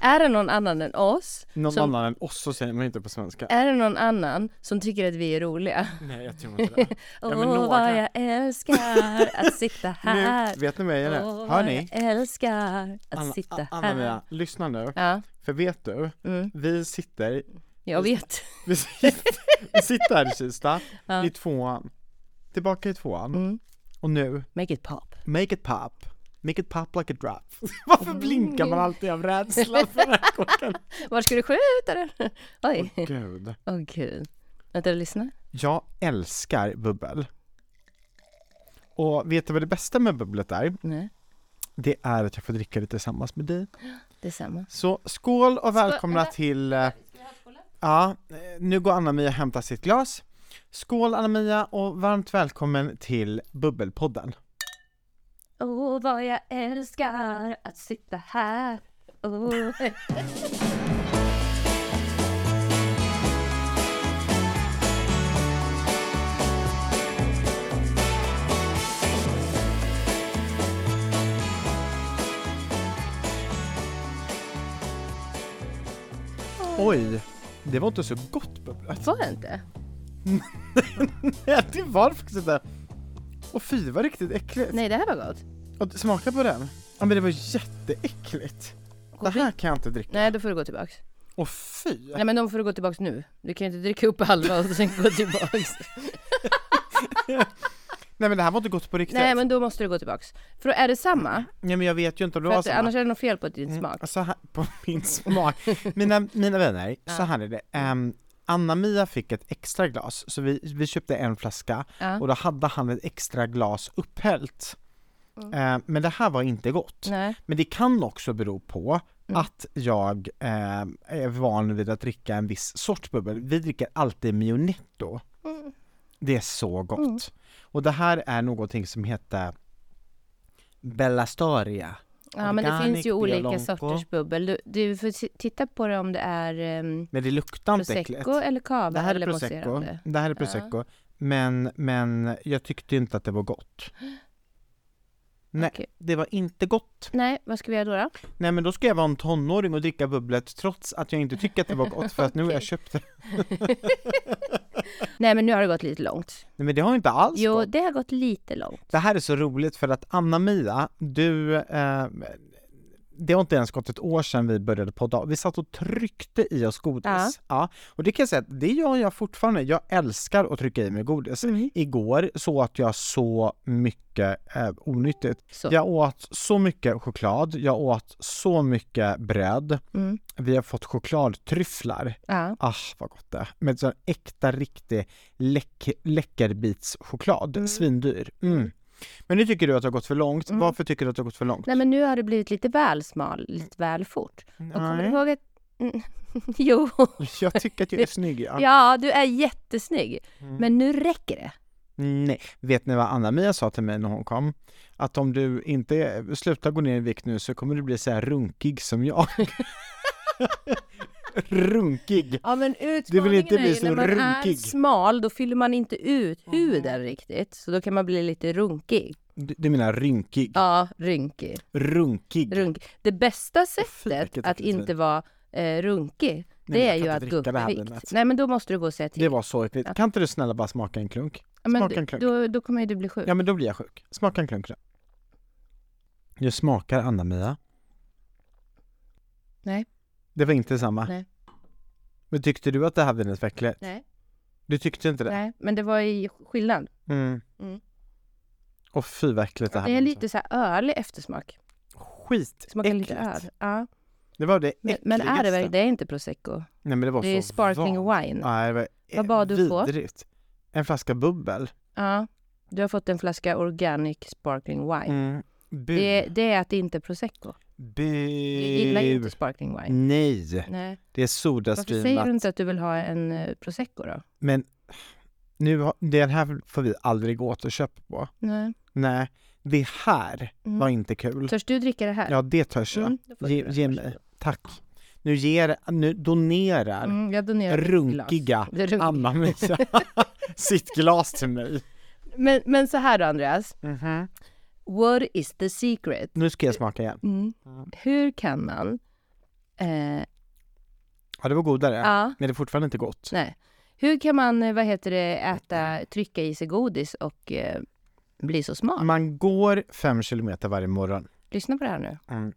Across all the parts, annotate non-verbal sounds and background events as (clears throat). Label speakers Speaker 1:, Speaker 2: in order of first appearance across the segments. Speaker 1: Är det någon annan än oss?
Speaker 2: Någon
Speaker 1: som,
Speaker 2: annan än oss så säger man inte
Speaker 1: (laughs)
Speaker 2: på svenska.
Speaker 1: Är det någon annan som tycker att vi är roliga?
Speaker 2: Nej jag tror inte det.
Speaker 1: Åh,
Speaker 2: men några.
Speaker 1: vad jag älskar att sitta
Speaker 2: (laughs) Nu,
Speaker 1: här.
Speaker 2: vet ni mig eller?
Speaker 1: Åh,
Speaker 2: Hör
Speaker 1: vad
Speaker 2: ni?
Speaker 1: jag älskar att
Speaker 2: Anna-
Speaker 1: sitta
Speaker 2: A-
Speaker 1: här.
Speaker 2: Anna-Mia, lyssna nu.
Speaker 1: Ja,
Speaker 2: För vet du,
Speaker 1: mm,
Speaker 2: vi sitter,
Speaker 1: jag vet.
Speaker 2: vi sitter, vi sitter här i Kista,
Speaker 1: Ja.
Speaker 2: i tvåan, tillbaka i tvåan,
Speaker 1: Mm.
Speaker 2: och nu,
Speaker 1: Make it pop.
Speaker 2: make it pop, make it pop like a drop. (laughs) Varför
Speaker 1: Mm.
Speaker 2: blinkar man alltid av rädsla för den här klockan?
Speaker 1: Var ska du skjuta den? (laughs) Oj,
Speaker 2: Åh gud.
Speaker 1: åh gud. Vänta, lyssna.
Speaker 2: Jag älskar bubbel. Och vet du vad det bästa med bubblet är?
Speaker 1: Nej,
Speaker 2: Det är att jag får dricka det tillsammans med dig.
Speaker 1: det är samma.
Speaker 2: Så skål och välkomna till... eh, Ja, eh, nu går Anna-Mia och hämtar sitt glas. Skål Anna-Mia och varmt välkommen till Bubbelpodden.
Speaker 1: Åh, vad jag älskar att sitta här. Åh.
Speaker 2: Oj, det var inte så gott (laughs) bubblet.
Speaker 1: Var det inte?
Speaker 2: Nej, det var faktiskt inte. Och fy vad riktigt äckligt.
Speaker 1: Nej, det här var gott.
Speaker 2: Och smaka på den. Ja men det var jätteäckligt. Det här kan jag inte dricka.
Speaker 1: Nej, då får du gå tillbaks.
Speaker 2: Och fy.
Speaker 1: Nej, men de får du gå tillbaks nu. Du kan ju inte dricka upp halva och sen gå
Speaker 2: (laughs)
Speaker 1: tillbaks.
Speaker 2: Nej men det här var inte gott på riktigt.
Speaker 1: Nej, men då måste du gå tillbaks. För då är det samma.
Speaker 2: Nej men jag vet ju inte om det
Speaker 1: För
Speaker 2: var
Speaker 1: att,
Speaker 2: så.
Speaker 1: annars är det något fel på din
Speaker 2: Mm,
Speaker 1: smak.
Speaker 2: Så här, (laughs) på min smak. Mina, mina vänner, så här är det. Ehm, Anna-Mia fick ett extra glas, så vi, vi köpte en flaska
Speaker 1: Ja.
Speaker 2: och då hade han ett extra glas upphällt. Ehm, men det här var inte gott.
Speaker 1: Nej. Mm.
Speaker 2: Men det kan också bero på att jag ehm, är van vid att dricka en viss sorts bubbel. Vi dricker alltid Mionetto.
Speaker 1: Mm.
Speaker 2: Det är så gott. Och det här är någonting som heter Bellastaria.
Speaker 1: Ja, men det
Speaker 2: Organic
Speaker 1: finns ju olika
Speaker 2: Biolonco.
Speaker 1: sorters bubbel. Du, du får si- titta på det om det är um,
Speaker 2: Men det luktar inte äckligt.
Speaker 1: prosecco eller cava
Speaker 2: Det här är
Speaker 1: eller
Speaker 2: prosecco.
Speaker 1: mousserande.
Speaker 2: Det här är prosecco. Men, men jag tyckte inte att det var gott. Nej,
Speaker 1: Okej.
Speaker 2: det var inte gott.
Speaker 1: Nej, vad ska vi göra då? då?
Speaker 2: Nej men då ska jag vara en tonåring och dricka bubblet trots att jag inte tycker att det var gott för att nu har
Speaker 1: (laughs)
Speaker 2: jag
Speaker 1: Okej.
Speaker 2: köpt det.
Speaker 1: Nej, men nu har det gått lite långt.
Speaker 2: Nej men det har inte alls
Speaker 1: Jo,
Speaker 2: gått.
Speaker 1: det har gått lite långt.
Speaker 2: Det här är så roligt för att Anna-Mia, du... Eh, det har inte ens gått ett år sedan vi började podda. Vi satt och tryckte i oss godis.
Speaker 1: Ja.
Speaker 2: Ja. Och det kan jag säga att det gör jag fortfarande. Jag älskar att trycka i mig godis. Igår så åt jag så mycket eh, onyttigt.
Speaker 1: Så.
Speaker 2: Jag åt så mycket choklad, jag åt så mycket bröd.
Speaker 1: Mm.
Speaker 2: Vi har fått chokladtryfflar.
Speaker 1: Ja.
Speaker 2: Ah, vad gott det är. Med sån äkta, riktig läck, läckerbitschoklad. Svindyr. Mm. Men nu tycker du att det har gått för långt. Varför tycker du att det har gått för långt?
Speaker 1: Mm. Nej, men nu har det blivit lite väl smal, lite väl fort. Och kommer du
Speaker 2: Nej.
Speaker 1: ihåg att... Mm. (laughs) Jo.
Speaker 2: Jag tycker att jag är snygg, ja. Mm.
Speaker 1: Ja, du är jättesnygg. Men nu räcker det.
Speaker 2: Nej. Vet ni vad Anna-Mia sa till mig när hon kom? Att om du inte slutar gå ner i vikt nu så kommer du bli så här runkig
Speaker 1: (laughs)
Speaker 2: som jag. runkig!
Speaker 1: Ja, men
Speaker 2: Du vill inte
Speaker 1: utmaningen är
Speaker 2: bli
Speaker 1: ju
Speaker 2: så
Speaker 1: när man är
Speaker 2: runkig.
Speaker 1: smal, då fyller man inte ut huden riktigt. Så då kan man bli lite runkig.
Speaker 2: Du, du menar rynkig?
Speaker 1: Ja, rynkig.
Speaker 2: Runkig!
Speaker 1: Runk. Det bästa sättet
Speaker 2: vilket
Speaker 1: att
Speaker 2: äckligt
Speaker 1: inte vara eh, runkig,
Speaker 2: men
Speaker 1: det
Speaker 2: jag
Speaker 1: är
Speaker 2: kan
Speaker 1: ju
Speaker 2: inte
Speaker 1: att gå upp
Speaker 2: dricka det här
Speaker 1: i vikt.
Speaker 2: vinet.
Speaker 1: Nej, men då måste du gå och säga till.
Speaker 2: Det var så äckligt. Kan inte du snälla bara smaka en klunk?
Speaker 1: Ja, men
Speaker 2: smaka
Speaker 1: du-
Speaker 2: en klunk.
Speaker 1: Då, då kommer ju du bli sjuk.
Speaker 2: Ja men då blir jag sjuk. Smaka en klunk då. Nu smakar Anna-Mia.
Speaker 1: Nej.
Speaker 2: Det var inte samma.
Speaker 1: Nej.
Speaker 2: Men tyckte du att det här vinet var äckligt?
Speaker 1: Nej,
Speaker 2: Du tyckte inte det?
Speaker 1: nej, men det var ju skillnad.
Speaker 2: Mm.
Speaker 1: Mm.
Speaker 2: Åh fy vad äckligt det här
Speaker 1: Det är
Speaker 2: vinet
Speaker 1: lite så här ölig eftersmak.
Speaker 2: var. Skit
Speaker 1: Smakar lite öl. Ja.
Speaker 2: Det var det
Speaker 1: Men, men är det
Speaker 2: äckligaste.
Speaker 1: väl, det är inte prosecco.
Speaker 2: Nej men det var
Speaker 1: Det är
Speaker 2: så
Speaker 1: sparkling
Speaker 2: van.
Speaker 1: wine. Ja.
Speaker 2: Nej, det var
Speaker 1: Vad bad du på?
Speaker 2: vidrigt. En flaska bubbel.
Speaker 1: Du har fått en flaska organic sparkling wine.
Speaker 2: Mm. Bu.
Speaker 1: Det, det är att det inte är prosecco.
Speaker 2: Bu.
Speaker 1: Du gillar ju inte sparkling wine.
Speaker 2: Mm. Nej,
Speaker 1: Nej.
Speaker 2: det är
Speaker 1: Varför säger
Speaker 2: sodastreamat.
Speaker 1: du inte att du vill ha en eh, prosecco då?
Speaker 2: Men nu, har- den här får vi aldrig återköpa på.
Speaker 1: Nej.
Speaker 2: Nej, det här
Speaker 1: Mm.
Speaker 2: var inte kul.
Speaker 1: Törs du dricka det här?
Speaker 2: Ja, det törs jag.
Speaker 1: Mm, då får du
Speaker 2: Ge,
Speaker 1: det.
Speaker 2: ge mig. Tack. Nu, ger, nu donerar
Speaker 1: Mm, jag donerar ditt
Speaker 2: runkiga
Speaker 1: glas. Det är runkigt.
Speaker 2: Anna-Mia (laughs) sitt glas till mig.
Speaker 1: Men, men så här då Andreas. What is the secret?
Speaker 2: Mm. Nu ska jag smaka igen.
Speaker 1: Hur kan man Eh,
Speaker 2: Ja, det var godare.
Speaker 1: ja.
Speaker 2: Men det är fortfarande inte gott.
Speaker 1: Nej. Hur kan man, eh, vad heter det, äta, trycka i sig godis och eh, bli så smart?
Speaker 2: Man går fem kilometer varje morgon.
Speaker 1: Lyssna på det här nu.
Speaker 2: Mm.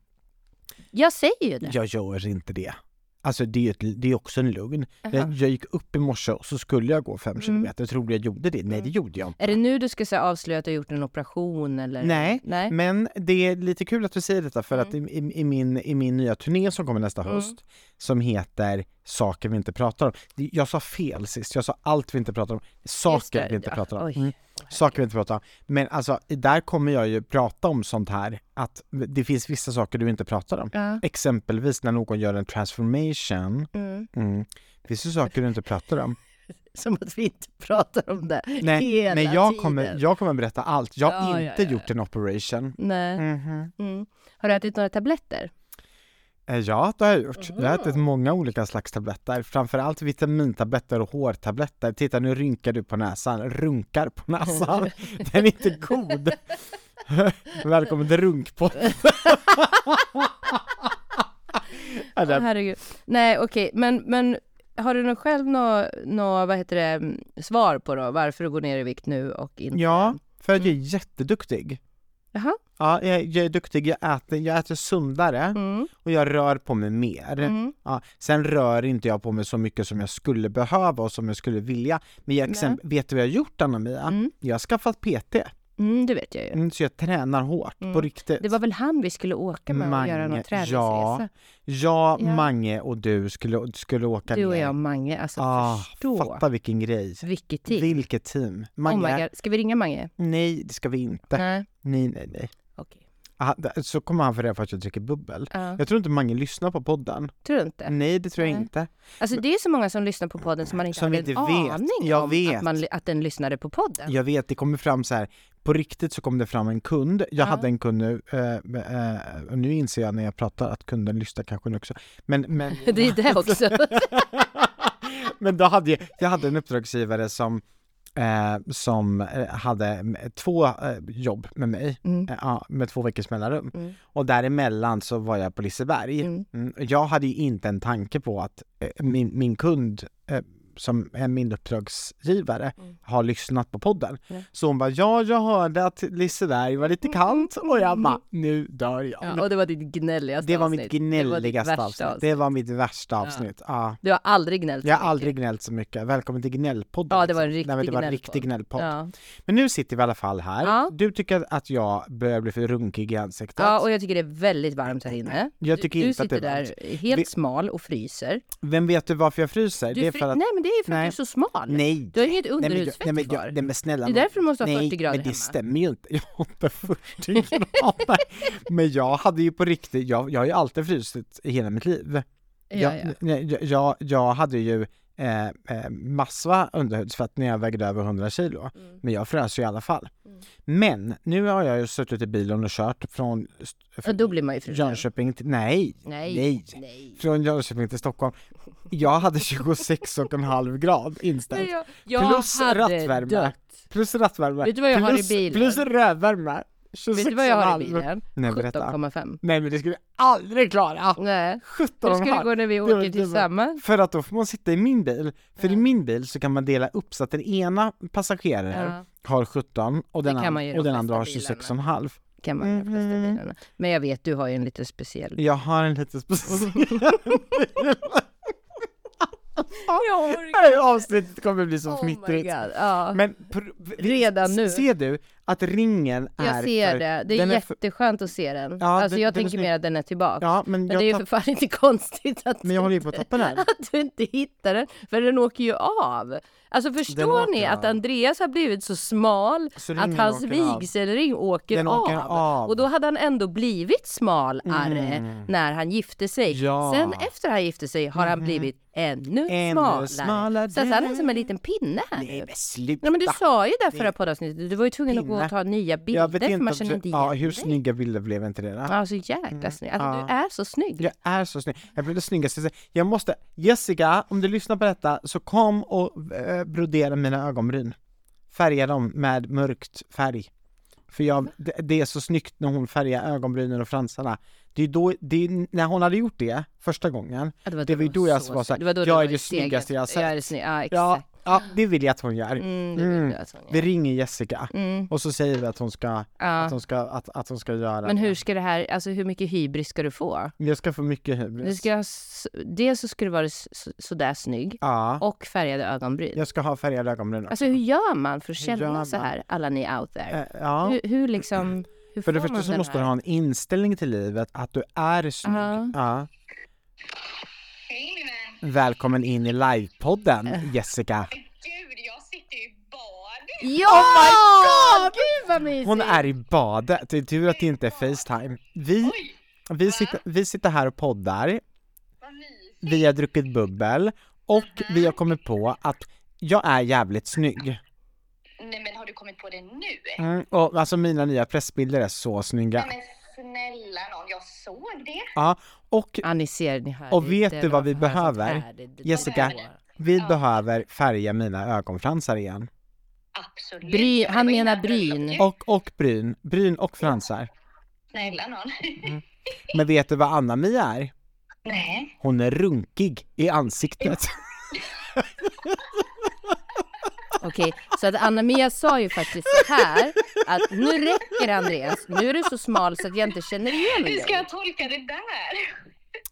Speaker 1: Jag säger ju det.
Speaker 2: Jag gör inte det. Alltså det är ju ett, det är också en lugn. Jag,
Speaker 1: Jaha.
Speaker 2: jag gick upp i morse och så skulle jag gå fem
Speaker 1: Mm.
Speaker 2: kilometer. Tror du jag gjorde det? Nej, det gjorde jag inte.
Speaker 1: Är det nu du ska så här, avslöja att du har gjort en operation eller?
Speaker 2: Nej, Mm.
Speaker 1: Nej. Mm.
Speaker 2: Men det är lite kul att du säger detta för att i, i, i, min, i min nya turné som kommer nästa höst som heter Saker vi inte pratar om. Det- Jag sa fel sist, jag sa allt vi inte pratar om.
Speaker 1: Just det.
Speaker 2: Saker vi inte
Speaker 1: Ja,
Speaker 2: pratar om.
Speaker 1: oj.
Speaker 2: Mm. Saker vi inte pratar om. Men alltså, där kommer jag ju prata om sånt här att det finns vissa saker du inte pratar om.
Speaker 1: Ja.
Speaker 2: Exempelvis när någon gör en transformation.
Speaker 1: Mm.
Speaker 2: Mm. Finns det saker du inte pratar om?
Speaker 1: Som att vi inte pratar om det
Speaker 2: (laughs) Nej,
Speaker 1: hela
Speaker 2: men jag
Speaker 1: tiden.
Speaker 2: kommer, jag kommer berätta allt. Jag har
Speaker 1: Ja, ja,
Speaker 2: inte
Speaker 1: ja, ja.
Speaker 2: gjort en operation.
Speaker 1: Nej.
Speaker 2: Mhm.
Speaker 1: Mm. Har du ätit några tabletter?
Speaker 2: Eh, Ja, det har jag gjort. Jag har ätit många olika slags tabletter. Framförallt vitamintabletter och hårtabletter. Titta, nu rynkar du på näsan. Runkar på
Speaker 1: (laughs)
Speaker 2: näsan. Den är inte god. (laughs) Välkommen
Speaker 1: (laughs)
Speaker 2: till Runkpodden. Ja,
Speaker 1: Åh,
Speaker 2: det-
Speaker 1: Herregud. Nej, okej. Men, men har du nå själv något, nå, vad heter det, mm, svar på då? Varför du går ner i vikt nu och inte?
Speaker 2: ja, för jag är jätteduktig.
Speaker 1: Mm. Jaha.
Speaker 2: Ja, jag, jag är duktig. Jag äter, jag äter sundare
Speaker 1: Mm.
Speaker 2: och jag rör på mig mer.
Speaker 1: Mm.
Speaker 2: Ja, sen rör inte jag på mig så mycket som jag skulle behöva och som jag skulle vilja. Men jag exempel, vet du vad jag har gjort Anna-Mia?
Speaker 1: Mm.
Speaker 2: Jag har skaffat PT,
Speaker 1: Mm, det vet jag ju.
Speaker 2: Mm, så jag tränar hårt
Speaker 1: Mm.
Speaker 2: på riktigt.
Speaker 1: Det var väl han vi skulle åka med och göra någon
Speaker 2: Mange,
Speaker 1: träningsresa?
Speaker 2: Jag,
Speaker 1: Ja.
Speaker 2: Mange och du skulle, skulle åka
Speaker 1: Du och
Speaker 2: ner.
Speaker 1: jag och Mange, alltså
Speaker 2: Ah,
Speaker 1: förstå
Speaker 2: Fatta vilken grej.
Speaker 1: vilket tid.
Speaker 2: Vilket team.
Speaker 1: oh
Speaker 2: Mange,
Speaker 1: my God. Ska vi ringa Mange?
Speaker 2: nej det ska vi inte.
Speaker 1: Nej.
Speaker 2: Nej, nej, nej.
Speaker 1: Okej.
Speaker 2: Ah, där- Så kommer han få reda på att jag dricker bubbel.
Speaker 1: Ja.
Speaker 2: Jag tror inte Mange lyssnar på podden.
Speaker 1: Tror du inte?
Speaker 2: Nej, det tror jag
Speaker 1: Nej.
Speaker 2: inte.
Speaker 1: Alltså det är så många som lyssnar på podden som man inte
Speaker 2: Som
Speaker 1: hade
Speaker 2: inte
Speaker 1: en
Speaker 2: vet.
Speaker 1: aning
Speaker 2: Jag
Speaker 1: om
Speaker 2: vet.
Speaker 1: Att, man, att den lyssnade på podden.
Speaker 2: Jag vet, det kommer fram så här. På riktigt så kom det fram en kund. Jag hade en kund nu. Eh, eh, och nu inser jag när jag pratar att kunden lyssnar kanske nu också. Men, men,
Speaker 1: (laughs) Det är det
Speaker 2: (laughs)
Speaker 1: också.
Speaker 2: men då hade jag, jag hade en uppdragsgivare som, eh, som eh, hade mm, två eh, jobb med mig.
Speaker 1: Mm.
Speaker 2: Eh, ja, med två veckors mellanrum.
Speaker 1: Mm.
Speaker 2: Och däremellan så var jag på Liseberg.
Speaker 1: Mm.
Speaker 2: Mm, och Jag hade ju inte en tanke på att eh, min, min kund eh, som är min uppdragsgivare
Speaker 1: Mm.
Speaker 2: har lyssnat på podden.
Speaker 1: Nej.
Speaker 2: Så hon bara, ja jag hörde att Liseberg var lite kallt och jag bara, nu dör jag.
Speaker 1: Mm. Ja, och det var ditt gnälligaste
Speaker 2: det var mitt
Speaker 1: avsnitt. Det var ditt
Speaker 2: gnälligaste
Speaker 1: värsta
Speaker 2: avsnitt. Det var mitt värsta avsnitt. Ja.
Speaker 1: Du har aldrig gnällt
Speaker 2: Jag
Speaker 1: så
Speaker 2: har
Speaker 1: mycket.
Speaker 2: aldrig gnällt så mycket. Välkommen till gnällpodden.
Speaker 1: Ja, det var en
Speaker 2: liksom. Nej, men
Speaker 1: riktig
Speaker 2: det var en
Speaker 1: gnällpodd.
Speaker 2: riktig gnällpodd.
Speaker 1: Ja.
Speaker 2: Men nu sitter vi i alla fall här.
Speaker 1: Ja.
Speaker 2: Du tycker att jag börjar bli för runkig i ansiktet.
Speaker 1: ja, och jag tycker det är väldigt varmt här inne.
Speaker 2: jag tycker
Speaker 1: du
Speaker 2: inte att det
Speaker 1: sitter
Speaker 2: är varmt.
Speaker 1: där helt
Speaker 2: Vi-
Speaker 1: smal och fryser.
Speaker 2: Vem vet du varför jag fryser?
Speaker 1: Du
Speaker 2: det är
Speaker 1: fry-
Speaker 2: för att...
Speaker 1: Nej, men det är ju för
Speaker 2: Nej.
Speaker 1: att du är så smal.
Speaker 2: Nej!
Speaker 1: Du har inget
Speaker 2: Nej, men jag-
Speaker 1: underhudsfett
Speaker 2: nej, men,
Speaker 1: kvar.
Speaker 2: jag- nej men snälla
Speaker 1: Det är därför du måste ha
Speaker 2: Nej,
Speaker 1: 40 grader
Speaker 2: men det
Speaker 1: hemma.
Speaker 2: stämmer ju inte. (laughs) Jag har inte 40 grader.
Speaker 1: (laughs)
Speaker 2: men jag hade ju på riktigt, jag, jag har ju alltid frysit i hela mitt liv.
Speaker 1: Ja, ja.
Speaker 2: Jag, nej, jag, jag, jag hade ju eh, eh, massor underhudsfett när jag vägde över 100 kilo.
Speaker 1: Mm.
Speaker 2: Men jag frös ju i alla fall. Men nu har jag ju suttit i bilen och kört från,
Speaker 1: Och
Speaker 2: från
Speaker 1: då blir man ju frusen.
Speaker 2: Jönköping till, nej,
Speaker 1: Nej.
Speaker 2: nej.
Speaker 1: Nej.
Speaker 2: Från Jönköping till Stockholm. Jag hade 26,5 grad inställt.
Speaker 1: Jag, jag
Speaker 2: Plus
Speaker 1: hade
Speaker 2: rattvärme.
Speaker 1: dött.
Speaker 2: Plus rattvärme.
Speaker 1: Vet du vad jag har i
Speaker 2: plus,
Speaker 1: bilen?
Speaker 2: Plus rödvärme.
Speaker 1: Vet du vad jag har i
Speaker 2: 26,5.
Speaker 1: bilen?
Speaker 2: Nej berätta.
Speaker 1: 17,5.
Speaker 2: Nej men det skulle jag aldrig klara.
Speaker 1: Nej. Hur
Speaker 2: 17
Speaker 1: ska det gå när vi
Speaker 2: var
Speaker 1: åker
Speaker 2: inte bra.
Speaker 1: tillsammans?
Speaker 2: För att då får man sitta i min bil. För i min bil så kan man dela upp så att den ena passageraren
Speaker 1: Ja,
Speaker 2: har 17 och den,
Speaker 1: Det kan
Speaker 2: an-
Speaker 1: man ju i de
Speaker 2: och den
Speaker 1: flesta
Speaker 2: andra har
Speaker 1: bilarna.
Speaker 2: 26,5.
Speaker 1: kan man göra på de flesta
Speaker 2: Mhm.
Speaker 1: bilarna. Men jag vet, du har ju en lite speciell.
Speaker 2: Jag har en lite (laughs) speciell
Speaker 1: Jag
Speaker 2: Det här avsnittet kommer bli så fnittrigt.
Speaker 1: Ja.
Speaker 2: Men pr- vi-
Speaker 1: Oh Redan nu.
Speaker 2: Ser du att ringen är
Speaker 1: Jag ser
Speaker 2: för-
Speaker 1: det. Det är
Speaker 2: den är för-
Speaker 1: jätteskönt att se den.
Speaker 2: Ja,
Speaker 1: alltså
Speaker 2: den-
Speaker 1: jag
Speaker 2: den är
Speaker 1: tänker
Speaker 2: snygg.
Speaker 1: mer att den är tillbaka.
Speaker 2: Ja, men,
Speaker 1: Men
Speaker 2: jag
Speaker 1: det är ju
Speaker 2: tapp-
Speaker 1: för fan inte konstigt att,
Speaker 2: men jag håller ju på att tappa den här.
Speaker 1: (laughs) att du inte hittar den, för den åker ju av. Alltså förstår
Speaker 2: åker
Speaker 1: ni att
Speaker 2: av.
Speaker 1: Andreas har blivit så smal
Speaker 2: Så
Speaker 1: att
Speaker 2: ringen
Speaker 1: hans
Speaker 2: åker av.
Speaker 1: vigselring åker,
Speaker 2: Den
Speaker 1: av.
Speaker 2: åker av. Mm.
Speaker 1: Och då hade han ändå blivit smalare när han gifte sig.
Speaker 2: Ja. Mm-hmm.
Speaker 1: Sen efter han gifte sig har han blivit ännu,
Speaker 2: Ännu
Speaker 1: smalare.
Speaker 2: smalare.
Speaker 1: Så att han är som en liten pinne här nu.
Speaker 2: Nej men sluta!
Speaker 1: Nej men du sa ju där förra poddavsnittet, du var ju tvungen att gå
Speaker 2: Pinne.
Speaker 1: och ta nya bilder
Speaker 2: jag vet
Speaker 1: för
Speaker 2: inte,
Speaker 1: man
Speaker 2: om
Speaker 1: känner
Speaker 2: du-
Speaker 1: inte igen
Speaker 2: ja, Mm. hur snygga bilder blev inte det? Då?
Speaker 1: Ja, så jäkla snygg. Alltså du är så snygg.
Speaker 2: Jag är så snygg, jag blev det snyggaste jag måste, Jessica om du lyssnar på detta så kom och eh, brodera mina ögonbryn. Färga dem med mörkt färg. För jag, det, det är så snyggt när hon färgar ögonbrynen och fransarna. Det är då, det är, när hon hade gjort det första gången,
Speaker 1: Ja, var
Speaker 2: det var ju då jag alltså var såhär, jag är det snyggaste jag har
Speaker 1: sett. Jag är det
Speaker 2: sett.
Speaker 1: snygg, ja
Speaker 2: Ja,
Speaker 1: exakt.
Speaker 2: ja, det vill jag att hon gör.
Speaker 1: Mm, det
Speaker 2: Mm.
Speaker 1: vill jag, Sonja.
Speaker 2: Vi ringer Jessica
Speaker 1: Mm,
Speaker 2: och så säger vi att hon ska, att
Speaker 1: ja.
Speaker 2: hon ska, att, att hon ska göra
Speaker 1: Men hur
Speaker 2: det.
Speaker 1: ska det här, alltså hur mycket hybris ska du få?
Speaker 2: Jag ska få mycket
Speaker 1: Du
Speaker 2: hybris.
Speaker 1: ska, ha s- dels så ska du vara s- sådär snygg
Speaker 2: Ja,
Speaker 1: och färgade ögonbryn.
Speaker 2: jag ska ha färgade ögonbryn också.
Speaker 1: Alltså hur gör man för att
Speaker 2: Hur
Speaker 1: känna
Speaker 2: gör
Speaker 1: så
Speaker 2: man?
Speaker 1: här, alla ni out there?
Speaker 2: Eh, Ja.
Speaker 1: Hur, hur liksom, hur
Speaker 2: För
Speaker 1: får
Speaker 2: det första
Speaker 1: man
Speaker 2: så
Speaker 1: den
Speaker 2: måste
Speaker 1: här?
Speaker 2: du ha en inställning till livet, att du är snygg.
Speaker 1: Ja.
Speaker 2: Ja.
Speaker 3: Hej min vän!
Speaker 2: Välkommen in i
Speaker 1: Eh.
Speaker 2: livepodden Jessica.
Speaker 3: Gud, jag sitter ju i bad!
Speaker 1: Ja! Oh my god! Gud vad mysigt!
Speaker 2: Hon är i badet, det är tur att det inte är Facetime.
Speaker 1: Mm.
Speaker 2: Vi,
Speaker 3: Oj,
Speaker 2: vi, sitter, vi sitter här och poddar,
Speaker 3: vad mysigt!
Speaker 2: vi har druckit bubbel och
Speaker 1: Mm.
Speaker 2: vi har kommit på att jag är jävligt snygg.
Speaker 3: Nej men har du kommit på det nu?
Speaker 2: Mm, och alltså mina nya pressbilder är så snygga.
Speaker 1: Mm.
Speaker 3: Nej men snälla någon, jag såg det!
Speaker 2: Ja, och
Speaker 1: Ja ni ser, ni hör.
Speaker 2: Och
Speaker 1: det är
Speaker 2: vet
Speaker 1: inte
Speaker 2: du vad vi
Speaker 1: för att höra sånt
Speaker 2: behöver?
Speaker 1: här. Det- det-
Speaker 2: Jessica, vi behöver färga mina ögonfransar igen.
Speaker 3: Absolut!
Speaker 1: Bry,
Speaker 3: Ja,
Speaker 1: han
Speaker 3: det var
Speaker 1: menar
Speaker 3: innan bröllopet.
Speaker 1: bryn.
Speaker 2: Och, och bryn, bryn och fransar.
Speaker 3: Snälla någon!
Speaker 2: Men vet du vad Anna-Mia är?
Speaker 3: (laughs) Nej,
Speaker 2: Hon är runkig i ansiktet.
Speaker 1: Okej, så att Anna-Mia sa ju faktiskt så här att nu räcker det, Andreas, nu är du så smal så att jag inte känner igen
Speaker 3: hur
Speaker 1: dig.
Speaker 3: ska jag tolka det där?
Speaker 2: (laughs)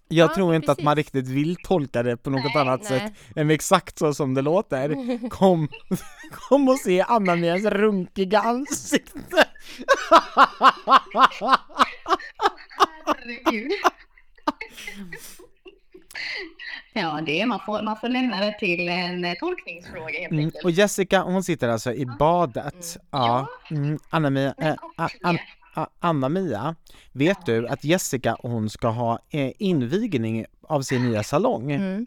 Speaker 2: Jag
Speaker 1: Ja,
Speaker 2: tror inte att man
Speaker 1: precis.
Speaker 2: riktigt vill tolka det på något
Speaker 3: Nej,
Speaker 2: annat
Speaker 1: nej.
Speaker 2: sätt än exakt så som det låter. Kom, (laughs) kom och se Anna-Mias runkiga ansikte!
Speaker 3: Herregud! (laughs) Ja, det är, man, får, man får lämna det till en eh, tolkningsfråga helt
Speaker 2: Mm.
Speaker 3: enkelt.
Speaker 2: Och Jessica, hon sitter alltså i badet. Ja. Mm. Anna-Mia,
Speaker 3: Men
Speaker 2: eh, A- An- A- Anna-Mia, vet du att Jessica, hon ska ha eh, invigning av sin nya salong?
Speaker 1: Mm.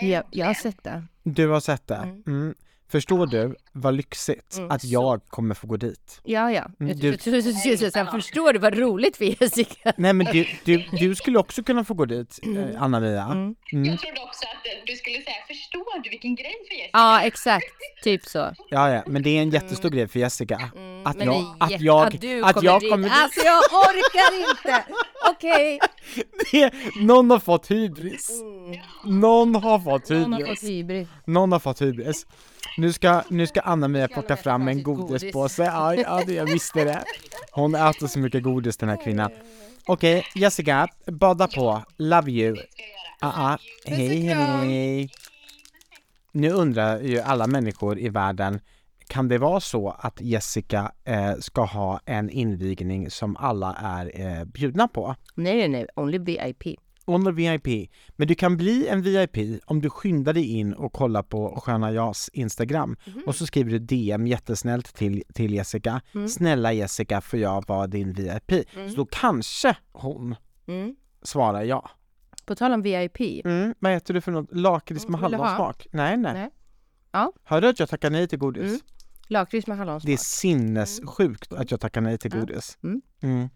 Speaker 1: Jag,
Speaker 3: Eh,
Speaker 1: jag har sett det.
Speaker 2: Du har sett det? Mm. Förstår du vad lyxigt
Speaker 1: Ah. Mm,
Speaker 2: att
Speaker 1: så.
Speaker 2: jag kommer få gå dit?
Speaker 1: Ja, ja.
Speaker 2: Mm,
Speaker 1: Jag,
Speaker 2: du-
Speaker 1: du... sen förstår du vad roligt för Jessica. (laughs)
Speaker 2: Nej men du, du, du skulle också kunna få gå dit, eh, Anna-Mia. Mm.
Speaker 3: Jag trodde också att eh, du skulle säga, förstår du vilken grej för Jessica?
Speaker 1: Ja, exakt. Typ så.
Speaker 2: Ja, ja, men det är en jättestor grej för Jessica. Att
Speaker 1: Mm. Men
Speaker 2: jag,
Speaker 1: det är
Speaker 2: att
Speaker 1: jätte-
Speaker 2: jag,
Speaker 1: att du kommer
Speaker 2: att jag
Speaker 1: dit.
Speaker 2: kommer dit. (laughs)
Speaker 1: Alltså jag orkar inte! Okej.
Speaker 2: Någon har fått hybris. Någon har fått
Speaker 1: Mm. Någon har fått
Speaker 2: hybris.
Speaker 1: hybris.
Speaker 2: Någon har fått hybris. Nu ska, nu ska Anna-Mia plocka fram en godispåse. Ja, ja, det- jag visste det. Hon äter så mycket godis den här kvinnan. Okej, Jessica, bada på. Love you.
Speaker 3: Ska jag göra.
Speaker 2: Ah, ah. Hej, hej. Nu undrar ju alla människor i världen, kan det vara så att Jessica eh, ska ha en invigning som alla är eh, bjudna på?
Speaker 1: Nej, nej, nej. Only VIP.
Speaker 2: Under VIP. Men du kan bli en VIP om du skyndar dig in och kollar på Sköna Jas Instagram
Speaker 1: Mhm.
Speaker 2: och så skriver du DM jättesnällt till, till Jessica.
Speaker 1: Mm.
Speaker 2: Snälla Jessica, får jag vara din VIP? Så då kanske hon
Speaker 1: Mm.
Speaker 2: svarar ja.
Speaker 1: På tal om VIP.
Speaker 2: Mm, vad äter du för något? Lakrits med
Speaker 1: Mm, vill du ha?
Speaker 2: hallonsmak? Nej, nej.
Speaker 1: Nej. Ja.
Speaker 2: Hör du att jag tackar nej till godis?
Speaker 1: Mm. Lakrits med hallonsmak.
Speaker 2: Det är sinnessjukt att jag tackar nej till
Speaker 1: Ja.
Speaker 2: godis.
Speaker 1: Mm.
Speaker 2: Mm.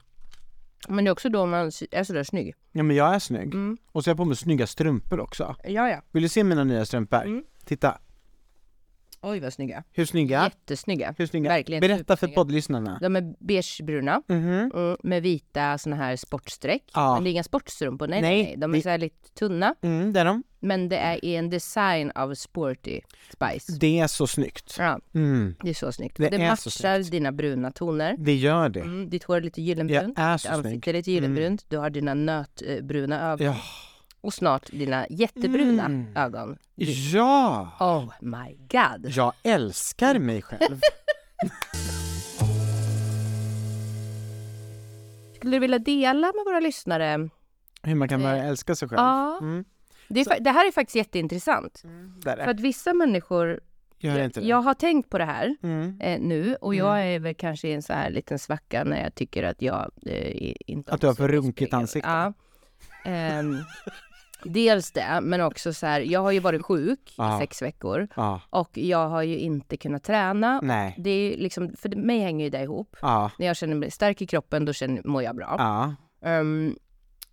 Speaker 1: Men det är också då man är sådär snygg.
Speaker 2: Ja men jag är snygg.
Speaker 1: Mm.
Speaker 2: Och så har jag på mig snygga strumpor också.
Speaker 1: Ja, ja.
Speaker 2: Vill du se mina nya strumpor?
Speaker 1: Mm.
Speaker 2: Titta,
Speaker 1: Oj, vad snygga.
Speaker 2: hur snygga?
Speaker 1: Jättesnygga.
Speaker 2: Hur snygga?
Speaker 1: Verkligen
Speaker 2: Berätta för
Speaker 1: supersnygga.
Speaker 2: poddlyssnarna.
Speaker 1: De är beigebruna
Speaker 2: Mhm.
Speaker 1: mm, med vita såna här sportstreck.
Speaker 2: Ja.
Speaker 1: Men det är inga sportstrumpor, nej,
Speaker 2: Nej,
Speaker 1: nej. nej. De är
Speaker 2: det-
Speaker 1: så här lite tunna,
Speaker 2: Mm, det är de.
Speaker 1: men det är i en design av sporty spice.
Speaker 2: Det är så snyggt.
Speaker 1: Ja,
Speaker 2: Mm.
Speaker 1: det är så snyggt.
Speaker 2: Det
Speaker 1: Det,
Speaker 2: är så
Speaker 1: matchar dina bruna toner.
Speaker 2: Det gör det.
Speaker 1: Mm, ditt hår är lite
Speaker 2: Jag
Speaker 1: gyllenbrunt.
Speaker 2: är
Speaker 1: Ditt
Speaker 2: så snygg.
Speaker 1: ansikte är lite gyllenbrunt. Du har dina nötbruna ögon.
Speaker 2: Ja.
Speaker 1: Och snart dina jättebruna
Speaker 2: Mm.
Speaker 1: ögon.
Speaker 2: ja!
Speaker 1: Oh my god!
Speaker 2: Jag älskar
Speaker 1: (laughs)
Speaker 2: mig själv.
Speaker 1: Skulle du vilja dela med våra lyssnare?
Speaker 2: Hur man kan börja älska sig själv.
Speaker 1: Ja.
Speaker 2: Mm,
Speaker 1: Det, är, fa- det här är faktiskt jätteintressant.
Speaker 2: där är.
Speaker 1: För att vissa människor,
Speaker 2: Mm. Gör inte det.
Speaker 1: jag har tänkt på det här
Speaker 2: Mm.
Speaker 1: eh, nu och jag är väl kanske i en så här liten svacka när jag tycker att jag eh, inte
Speaker 2: Att du har
Speaker 1: så mycket
Speaker 2: för runkigt
Speaker 1: spegel.
Speaker 2: ansikte.
Speaker 1: Ja. Ehm, dels det, men också så här, jag har ju varit sjuk
Speaker 2: Ja.
Speaker 1: i sex veckor
Speaker 2: Ja.
Speaker 1: och jag har ju inte kunnat träna.
Speaker 2: Nej.
Speaker 1: Det är ju liksom, för mig hänger ju det ihop.
Speaker 2: Ja.
Speaker 1: När jag känner mig stark i kroppen, då känner, mår jag bra.
Speaker 2: Ja.
Speaker 1: Ehm,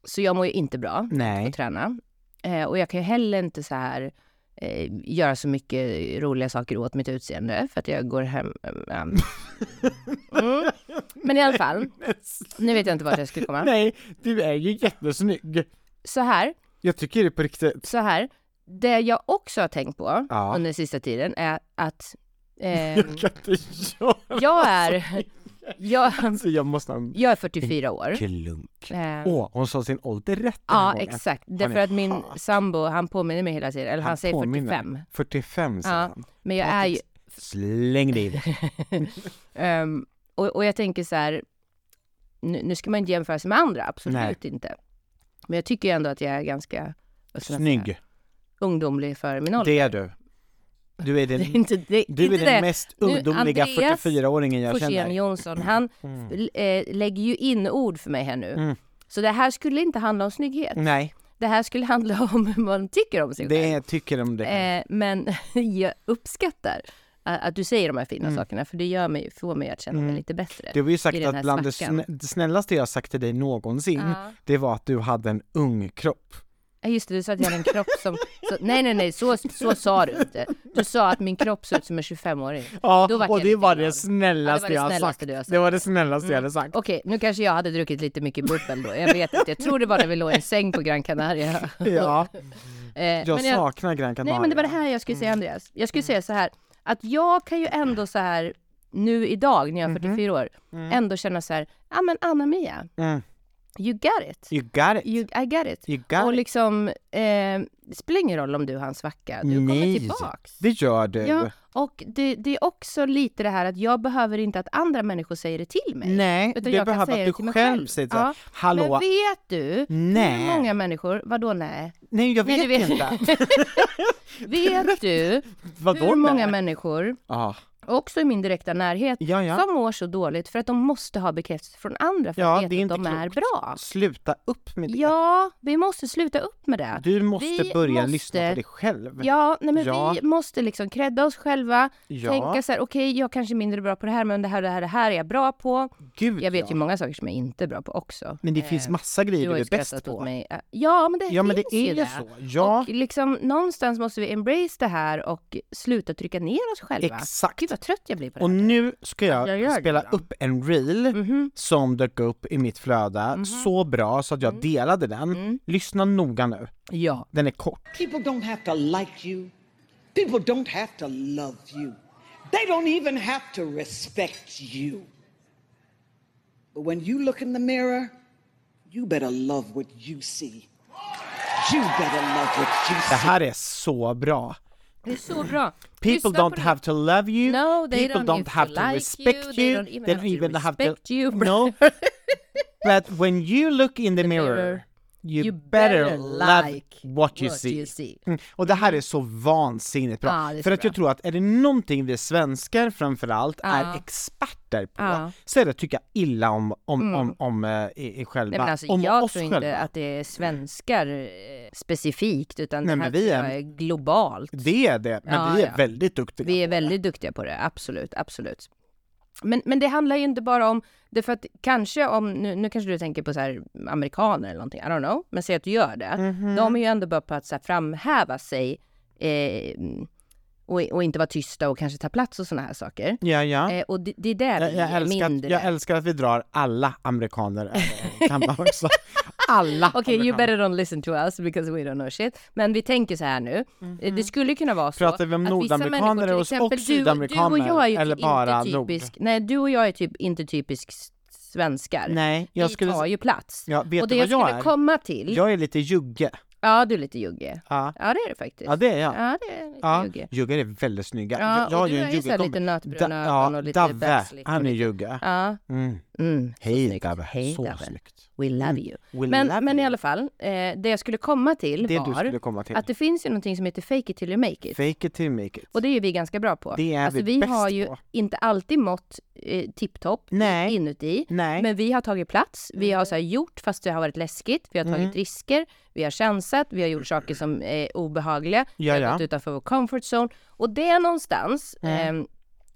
Speaker 1: så jag mår ju inte bra
Speaker 2: Nej.
Speaker 1: att träna. Eh, och jag kan ju heller inte så här eh, göra så mycket roliga saker åt mitt utseende för att jag går hem...
Speaker 2: (laughs)
Speaker 1: ehm, mm. Men i alla fall, nu vet jag inte vart jag skulle komma.
Speaker 2: Nej, du är ju jättesnygg.
Speaker 1: Så här,
Speaker 2: Jag tycker det på riktigt.
Speaker 1: så här. Det jag också har tänkt på
Speaker 2: Ja.
Speaker 1: under sista tiden är
Speaker 2: (laughs)
Speaker 1: att ehm,
Speaker 2: Jag kan inte göra
Speaker 1: jag är... Jag,
Speaker 2: så jag måste ha en
Speaker 1: jag är 44 år.
Speaker 2: klunk.
Speaker 1: Ehm,
Speaker 2: Åh, hon sa sin ålder rätt den här
Speaker 1: Ja,
Speaker 2: gången.
Speaker 1: exakt.
Speaker 2: är
Speaker 1: Därför att min
Speaker 2: hot.
Speaker 1: sambo, han påminner mig hela tiden. Eller han,
Speaker 2: Han
Speaker 1: säger
Speaker 2: påminner.
Speaker 1: 45.
Speaker 2: 45 sa
Speaker 1: Ja,
Speaker 2: han.
Speaker 1: Men jag är ju...
Speaker 2: Släng dig i det.
Speaker 1: ehm, och, och jag tänker så här, nu, nu ska man inte jämföra sig med andra, absolut
Speaker 2: Nej.
Speaker 1: inte. Men jag tycker ju ändå att jag är ganska vad ska man säga,
Speaker 2: Snygg.
Speaker 1: ungdomlig för min ålder.
Speaker 2: Det är du. Du
Speaker 1: (laughs)
Speaker 2: är
Speaker 1: Det är
Speaker 2: den,
Speaker 1: inte det.
Speaker 2: du är
Speaker 1: inte det.
Speaker 2: den mest
Speaker 1: Nu,
Speaker 2: ungdomliga
Speaker 1: Andreas
Speaker 2: 44-åringen jag
Speaker 1: Forsén
Speaker 2: känner.
Speaker 1: Jonsson, han
Speaker 2: (clears throat) Mm.
Speaker 1: l- eh, lägger ju in ord för mig här nu.
Speaker 2: Mm.
Speaker 1: Så det här skulle inte handla om snygghet.
Speaker 2: Nej,
Speaker 1: Det här skulle handla (laughs) om vad de tycker om sig själv.
Speaker 2: det är, tycker de det.
Speaker 1: Eh, men (laughs) jag uppskattar att, att du säger de här fina
Speaker 2: Mm.
Speaker 1: sakerna, för det gör mig, får mig att känna mig
Speaker 2: Mm.
Speaker 1: lite bättre.
Speaker 2: Du har ju
Speaker 1: i
Speaker 2: sagt
Speaker 1: den här
Speaker 2: att bland det
Speaker 1: svackan.
Speaker 2: snä- det snällaste jag sagt till dig någonsin,
Speaker 1: Ja.
Speaker 2: det var att du hade en ung kropp.
Speaker 1: Ja, just det, du sa att jag hade en kropp som... Så, nej, nej, nej, så, så sa du inte. Du sa att min kropp såg ut som en 25-åring.
Speaker 2: Ja,
Speaker 1: Då vart
Speaker 2: och
Speaker 1: jag
Speaker 2: det
Speaker 1: lite
Speaker 2: var
Speaker 1: glad.
Speaker 2: det snällaste,
Speaker 1: Ja, det var det
Speaker 2: jag har
Speaker 1: snällaste
Speaker 2: sagt.
Speaker 1: du har sagt. Mm.
Speaker 2: Det var det snällaste jag hade sagt.
Speaker 1: Okej, nu kanske jag hade druckit lite mycket bubbel då. Jag vet inte. Jag tror det var när vi låg i en säng på Gran Canaria. (laughs)
Speaker 2: Ja,
Speaker 1: Eh,
Speaker 2: jag
Speaker 1: men jag-
Speaker 2: saknar Mm. Gran Canaria.
Speaker 1: Nej, men det var det här jag skulle säga Andreas. Jag skulle säga så här, att jag kan ju ändå så här nu idag när jag är
Speaker 2: Mhm.
Speaker 1: 44 år, ändå känna så här, ja men Anna-Mia,
Speaker 2: Mm.
Speaker 1: you got it.
Speaker 2: You got it.
Speaker 1: You, I got it.
Speaker 2: You got
Speaker 1: och
Speaker 2: it.
Speaker 1: liksom, eh, det spelar ingen roll om du har en svacka, du kommer
Speaker 2: Nej.
Speaker 1: tillbaks.
Speaker 2: Det gör du.
Speaker 1: Ja, och det, det är också lite det här att jag behöver inte att andra människor säger det till mig.
Speaker 2: Nej,
Speaker 1: Utan
Speaker 2: du
Speaker 1: jag kan
Speaker 2: behöver
Speaker 1: säga det
Speaker 2: att
Speaker 1: till
Speaker 2: du
Speaker 1: mig själv.
Speaker 2: själv säger så här,
Speaker 1: Ja,
Speaker 2: Hallå,
Speaker 1: Men vet du hur
Speaker 2: nej.
Speaker 1: många människor, vadå nej?
Speaker 2: Nej, jag
Speaker 1: Nej,
Speaker 2: vet,
Speaker 1: du
Speaker 2: inte.
Speaker 1: Vet du
Speaker 2: (laughs) Vadå?
Speaker 1: hur många
Speaker 2: nej?
Speaker 1: människor,
Speaker 2: Ja,
Speaker 1: också i min direkta närhet,
Speaker 2: ja. ja.
Speaker 1: som mår så dåligt för att de måste ha bekräftelse från andra för
Speaker 2: Ja,
Speaker 1: att
Speaker 2: det är
Speaker 1: veta att de
Speaker 2: inte
Speaker 1: är
Speaker 2: klokt.
Speaker 1: bra.
Speaker 2: Sluta upp med det.
Speaker 1: Ja, vi måste sluta upp med det.
Speaker 2: Du måste
Speaker 1: Vi
Speaker 2: börja
Speaker 1: måste-
Speaker 2: lyssna på dig själv.
Speaker 1: Ja, nej men
Speaker 2: Ja.
Speaker 1: vi måste liksom credda oss själva,
Speaker 2: Ja.
Speaker 1: tänka så här, okej, jag kanske är mindre bra på det här, men det här, det här, det här är jag bra på.
Speaker 2: Gud,
Speaker 1: Jag vet
Speaker 2: ja.
Speaker 1: ju många saker som jag inte är bra på också.
Speaker 2: Men det
Speaker 1: Eh,
Speaker 2: finns massa grejer
Speaker 1: du har
Speaker 2: du
Speaker 1: ju
Speaker 2: är bäst
Speaker 1: skrattat åt
Speaker 2: på.
Speaker 1: mig. eh, Ja, men det
Speaker 2: Ja, men
Speaker 1: finns
Speaker 2: det är
Speaker 1: ju
Speaker 2: ju
Speaker 1: det.
Speaker 2: så. Ja,
Speaker 1: Och liksom någonstans måste vi embrace det här och sluta trycka ner oss själva.
Speaker 2: exakt.
Speaker 1: Gud vad trött jag blir på det
Speaker 2: Och
Speaker 1: här.
Speaker 2: nu ska jag,
Speaker 1: Jag gör det
Speaker 2: spela
Speaker 1: ibland.
Speaker 2: upp en reel
Speaker 1: Mhm.
Speaker 2: som dök upp i mitt flöde så bra så att
Speaker 1: Mm.
Speaker 2: jag delade den. Lyssna noga nu.
Speaker 1: Ja.
Speaker 2: Den är kort.
Speaker 4: People don't have to like you. People don't have to love you. They don't even have to respect you. But when you look in the mirror, you better love what you see. You better love what you
Speaker 2: Det
Speaker 4: see.
Speaker 2: här är så bra.
Speaker 1: Det är så bra.
Speaker 2: People don't have to love you.
Speaker 1: No, they
Speaker 2: People
Speaker 1: don't have
Speaker 2: don't have
Speaker 1: to
Speaker 2: to,
Speaker 1: like
Speaker 2: respect
Speaker 1: you.
Speaker 2: you.
Speaker 1: They don't even have to respect you. (laughs)
Speaker 2: No. But when you look in the, mirror,
Speaker 1: mirror,
Speaker 2: you,
Speaker 1: you
Speaker 2: better,
Speaker 1: better
Speaker 2: love
Speaker 1: like
Speaker 2: what you
Speaker 1: what
Speaker 2: see.
Speaker 1: you see.
Speaker 2: Mm. Och det här är så vansinnigt bra.
Speaker 1: Ja, det är så
Speaker 2: För att
Speaker 1: bra.
Speaker 2: jag tror att är det någonting vi svenskar framförallt
Speaker 1: Ah.
Speaker 2: är experter på
Speaker 1: Ja.
Speaker 2: så är det att tycka illa om, om, om, om eh, i, i själva,
Speaker 1: Mm. Nej, men alltså,
Speaker 2: om
Speaker 1: jag
Speaker 2: oss
Speaker 1: tror
Speaker 2: själva.
Speaker 1: inte att det är svenskar eh, specifikt, utan
Speaker 2: Nej,
Speaker 1: det
Speaker 2: men
Speaker 1: här
Speaker 2: vi
Speaker 1: tror
Speaker 2: är-
Speaker 1: jag är globalt.
Speaker 2: Det är det, men
Speaker 1: Ja,
Speaker 2: vi är
Speaker 1: ja.
Speaker 2: väldigt duktiga.
Speaker 1: Vi är väldigt duktiga på det, absolut, absolut. Men, men det handlar ju inte bara om, det för att kanske om, nu, nu kanske du tänker på så här amerikaner eller någonting, I don't know, men säg att du gör det.
Speaker 2: Mhm.
Speaker 1: De är ju ändå bra på att så här, framhäva sig eh, och, och inte vara tysta och kanske ta plats och sådana här saker.
Speaker 2: Ja, ja.
Speaker 1: Eh, och det, det är där
Speaker 2: Jag,
Speaker 1: vi
Speaker 2: jag,
Speaker 1: är
Speaker 2: älskar att,
Speaker 1: mindre.
Speaker 2: jag älskar att vi drar alla amerikaner över en kam
Speaker 1: (laughs)
Speaker 2: också. Alla
Speaker 1: Okej, you
Speaker 2: amerikaner.
Speaker 1: better don't listen to us because we don't know shit. Men vi tänker så här nu. Eh, Det skulle kunna vara så
Speaker 2: Mhm. Pratar vi om
Speaker 1: att vissa
Speaker 2: nordamerikaner
Speaker 1: människor, till
Speaker 2: och- och
Speaker 1: exempel du-
Speaker 2: sydamerikaner,
Speaker 1: Du och jag är ju
Speaker 2: eller
Speaker 1: inte
Speaker 2: bara nord?
Speaker 1: typisk, Nej, du och jag är typ inte typisk s- svenskar.
Speaker 2: Nej, jag
Speaker 1: vi
Speaker 2: skulle...
Speaker 1: tar ju plats.
Speaker 2: Ja, vet
Speaker 1: och
Speaker 2: du
Speaker 1: det
Speaker 2: vad jag
Speaker 1: skulle
Speaker 2: är?
Speaker 1: komma till...
Speaker 2: Jag är lite jugge.
Speaker 1: Ja, du är lite jugge.
Speaker 2: Ja,
Speaker 1: Ja, det är du faktiskt.
Speaker 2: ja det är jag.
Speaker 1: Ja, det är lite
Speaker 2: Ja,
Speaker 1: jugge.
Speaker 2: juggar är väldigt snygga.
Speaker 1: Ja,
Speaker 2: jag, jag har
Speaker 1: och du
Speaker 2: ju en
Speaker 1: är ju så här
Speaker 2: juggekompis.
Speaker 1: lite nötbruna
Speaker 2: Da-
Speaker 1: ögon och lite
Speaker 2: Dave,
Speaker 1: backslick och
Speaker 2: han är
Speaker 1: lite-
Speaker 2: jugge.
Speaker 1: Ja,
Speaker 2: Mm.
Speaker 1: mm.
Speaker 2: Hej
Speaker 1: snyggt.
Speaker 2: Dave,
Speaker 1: Hej,
Speaker 2: så
Speaker 1: Dave.
Speaker 2: snyggt.
Speaker 1: We love you.
Speaker 2: Mm. We
Speaker 1: men,
Speaker 2: love
Speaker 1: men i
Speaker 2: you.
Speaker 1: alla fall, eh, det jag skulle komma till
Speaker 2: Det du
Speaker 1: var
Speaker 2: skulle komma till.
Speaker 1: att det finns ju någonting som heter fake it till you make it.
Speaker 2: Fake it till make it.
Speaker 1: Och det är ju vi ganska bra på.
Speaker 2: Det är
Speaker 1: alltså,
Speaker 2: vi
Speaker 1: vi
Speaker 2: bäst
Speaker 1: har ju
Speaker 2: på.
Speaker 1: inte alltid mått eh, tipptopp
Speaker 2: Nej.
Speaker 1: inuti.
Speaker 2: Nej. Mm.
Speaker 1: Men vi har tagit plats, vi har så här gjort fast det har varit läskigt, vi har tagit risker, vi har chansat, vi har gjort saker som är obehagliga,
Speaker 2: Ja,
Speaker 1: vi har
Speaker 2: ja. Mm.
Speaker 1: gått utanför vår comfort zone. Och det någonstans ehm,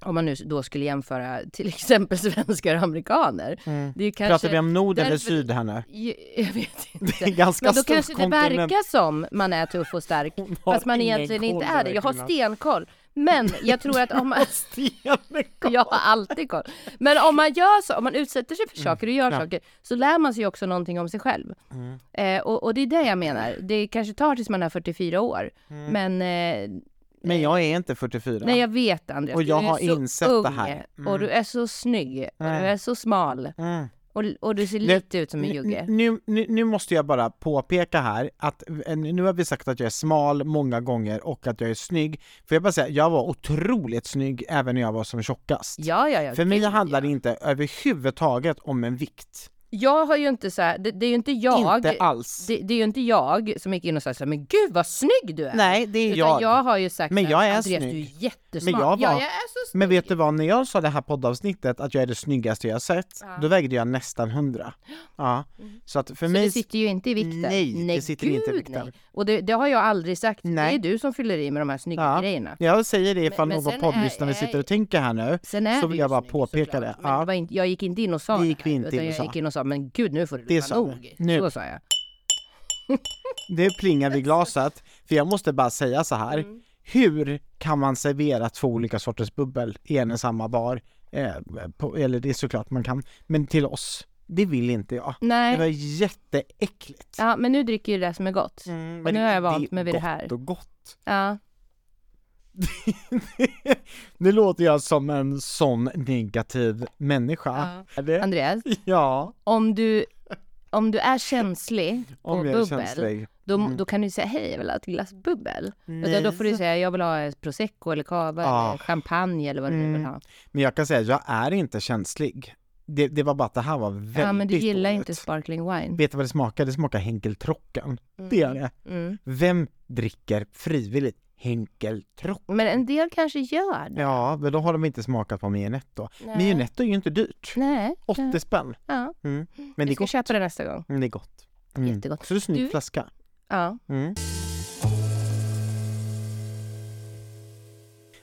Speaker 1: Om man nu då skulle jämföra till (laughs) exempel svenskar och amerikaner. Det är ju kanske...
Speaker 2: Mm. Pratar vi om Norden eller
Speaker 1: därför-
Speaker 2: Syd
Speaker 1: (laughs)
Speaker 2: här nu?
Speaker 1: Ju- Jag vet inte.
Speaker 2: Det är ganska
Speaker 1: Men då
Speaker 2: stor
Speaker 1: kanske det
Speaker 2: kontinent.
Speaker 1: verkar som man är tuff och stark,
Speaker 2: Hon har
Speaker 1: fast man
Speaker 2: ingen
Speaker 1: egentligen
Speaker 2: koll alltså.
Speaker 1: inte
Speaker 2: där,
Speaker 1: är det. Jag har
Speaker 2: Gunnar.
Speaker 1: stenkoll. Men jag tror att
Speaker 2: (laughs)
Speaker 1: om man...
Speaker 2: Stenkoll!
Speaker 1: (laughs) Jag har alltid koll. Men om man gör så, om man utsätter sig
Speaker 2: Mm,
Speaker 1: för saker och gör saker, så lär man sig också någonting om sig själv.
Speaker 2: Mm.
Speaker 1: Eh, och, och det är det jag menar. Det kanske tar tills man är 44 år.
Speaker 2: Mm.
Speaker 1: Men eh,
Speaker 2: Men jag är inte 44.
Speaker 1: nej, jag vet Andreas.
Speaker 2: Och jag
Speaker 1: du är
Speaker 2: har
Speaker 1: så
Speaker 2: insett det
Speaker 1: ung,
Speaker 2: här.
Speaker 1: Och du är så snygg. Och du är så smal.
Speaker 2: Mm.
Speaker 1: Och, och du ser
Speaker 2: Nu-
Speaker 1: lite ut som en jugge.
Speaker 2: Nu, nu, nu måste jag bara påpeka här att eh, nu har vi sagt att jag är smal många gånger och att jag är snygg. Får jag bara säga, jag var otroligt snygg även när jag var som tjockast.
Speaker 1: Ja, ja, ja.
Speaker 2: För mig
Speaker 1: gud,
Speaker 2: handlar det inte överhuvudtaget om en vikt.
Speaker 1: Jag har ju inte så här, det, det är ju inte jag.
Speaker 2: Inte alls.
Speaker 1: Det, det är ju inte jag som gick in och sa så här, men gud vad snygg du är.
Speaker 2: Nej, det är
Speaker 1: Utan
Speaker 2: jag.
Speaker 1: jag har ju sagt
Speaker 2: Men
Speaker 1: att
Speaker 2: jag är
Speaker 1: Andreas,
Speaker 2: snygg.
Speaker 1: du är jättesmart.
Speaker 2: Men jag var-
Speaker 1: ja, jag är så snygg.
Speaker 2: Men vet du vad, när jag sa det här poddavsnittet att jag är det snyggaste jag har sett, då vägde jag nästan 100. Ja. Så att för
Speaker 1: Mm. så
Speaker 2: mig...
Speaker 1: det sitter ju inte i vikten.
Speaker 2: Nej, det sitter inte i vikten.
Speaker 1: Nej. Och det, det har jag aldrig sagt.
Speaker 2: Nej.
Speaker 1: Det är du som fyller i med de här snygga
Speaker 2: ja.
Speaker 1: grejerna.
Speaker 2: Jag säger det ifall
Speaker 1: Men- men
Speaker 2: någon
Speaker 1: sen
Speaker 2: poddlyssnare
Speaker 1: är-
Speaker 2: sitter och tänker här nu,
Speaker 1: Sen är
Speaker 2: så
Speaker 1: du
Speaker 2: vill
Speaker 1: ju
Speaker 2: jag bara
Speaker 1: snygg,
Speaker 2: påpeka
Speaker 1: såklart.
Speaker 2: det.
Speaker 1: Men
Speaker 2: Ja.
Speaker 1: det var inte, jag gick inte in och sa
Speaker 2: Det
Speaker 1: det
Speaker 2: gick vi
Speaker 1: här,
Speaker 2: inte
Speaker 1: utan
Speaker 2: in och
Speaker 1: jag
Speaker 2: sa.
Speaker 1: gick in och sa, men gud nu får du
Speaker 2: Det
Speaker 1: det
Speaker 2: sa
Speaker 1: nog.
Speaker 2: vi. Nu.
Speaker 1: Så sa jag.
Speaker 2: Nu
Speaker 1: (laughs)
Speaker 2: plingar vi glaset, för jag måste bara säga så här.
Speaker 1: Mm.
Speaker 2: Hur kan man servera två olika sorters bubbel i en och samma bar? Eh, på, eller det är såklart man kan, men till oss, det vill inte jag. Det var
Speaker 1: Nej,
Speaker 2: jätteäckligt.
Speaker 1: ja, men nu dricker ju det som är gott.
Speaker 2: Mm,
Speaker 1: nu
Speaker 2: det-
Speaker 1: har jag vant
Speaker 2: är
Speaker 1: mig vid det här.
Speaker 2: Gott och gott. (laughs)
Speaker 1: Ja.
Speaker 2: nu låter jag som en sån negativ människa. Är det?
Speaker 1: Andreas,
Speaker 2: Ja,
Speaker 1: om du, om du är känslig på
Speaker 2: (laughs) om jag är
Speaker 1: bubbel,
Speaker 2: känslig. Mm.
Speaker 1: Då, då kan du säga hej, jag vill ha ett glas bubbel.
Speaker 2: Nej.
Speaker 1: Utan då får du säga jag vill ha ett prosecco eller cava
Speaker 2: Ah. Mm.
Speaker 1: eller champagne eller vad du nu vill ha.
Speaker 2: Men jag kan säga, jag är inte känslig. Det, det var bara att det här var väldigt
Speaker 1: Ja men du gillar
Speaker 2: dåligt.
Speaker 1: inte sparkling wine.
Speaker 2: Vet du vad det smakar? Det smakar Henkeltrocken. Det är det.
Speaker 1: Mm.
Speaker 2: Vem dricker frivilligt Henkeltrock?
Speaker 1: Men en del kanske gör det.
Speaker 2: Ja, men då har de inte smakat på Mionetto.
Speaker 1: Nej.
Speaker 2: Mionetto är ju inte dyrt.
Speaker 1: Nej.
Speaker 2: 80 spänn.
Speaker 1: Ja.
Speaker 2: Mm. Men det
Speaker 1: Vi
Speaker 2: är
Speaker 1: ska
Speaker 2: gott.
Speaker 1: köpa det nästa gång.
Speaker 2: Mm, Det är gott. Mm.
Speaker 1: Jättegott.
Speaker 2: Så det är snygg
Speaker 1: Du-
Speaker 2: flaska.
Speaker 1: Ja.
Speaker 2: Mm.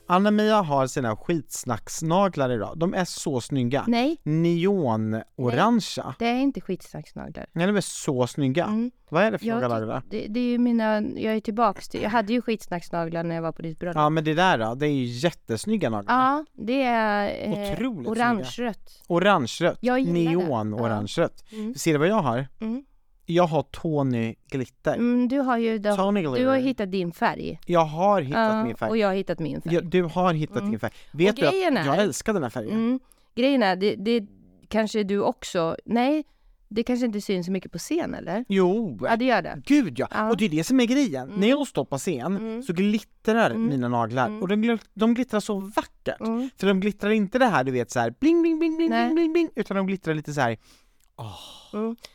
Speaker 2: Anna-Mia har sina skitsnacksnaglar idag. De är så snygga.
Speaker 1: Nej,
Speaker 2: Neonorangea.
Speaker 1: det är inte skitsnacksnaglar.
Speaker 2: Nej, de är så snygga. Vad är det för
Speaker 1: Mm. Jag,
Speaker 2: naglar du har?
Speaker 1: det, det är ju mina, jag är tillbaks till, jag hade ju skitsnacksnaglar när jag var på ditt bröllop.
Speaker 2: Ja men det där då, det är ju jättesnygga naglar.
Speaker 1: Ja, det är eh,
Speaker 2: Otroligt
Speaker 1: orangerött.
Speaker 2: Orangerött,
Speaker 1: Jag gillar det.
Speaker 2: neon-orangerött.
Speaker 1: Mm.
Speaker 2: Ser du vad jag har?
Speaker 1: Mm.
Speaker 2: Jag har Tony Glitter.
Speaker 1: Mm, du har ju, då,
Speaker 2: Tony
Speaker 1: du
Speaker 2: Glitter.
Speaker 1: har hittat din färg.
Speaker 2: Jag har hittat
Speaker 1: Ja,
Speaker 2: min
Speaker 1: Och
Speaker 2: färg.
Speaker 1: jag har hittat min färg.
Speaker 2: Ja, du har hittat din färg. Vet du att
Speaker 1: grejen är-
Speaker 2: jag älskar den här färgen?
Speaker 1: Mm. Grejen är, det, det kanske du också... Nej, det kanske inte syns så mycket på scen, eller?
Speaker 2: Jo!
Speaker 1: Ja, det gör det.
Speaker 2: Gud ja!
Speaker 1: Ja. Mm.
Speaker 2: Och det är det som är grejen. När jag står på scen så glittrar mina naglar
Speaker 1: Mm.
Speaker 2: och de, gl- de glittrar så vackert. För de glittrar inte det här du vet så här bling bling bling bling
Speaker 1: Nej.
Speaker 2: bling bling bling utan de glittrar lite så här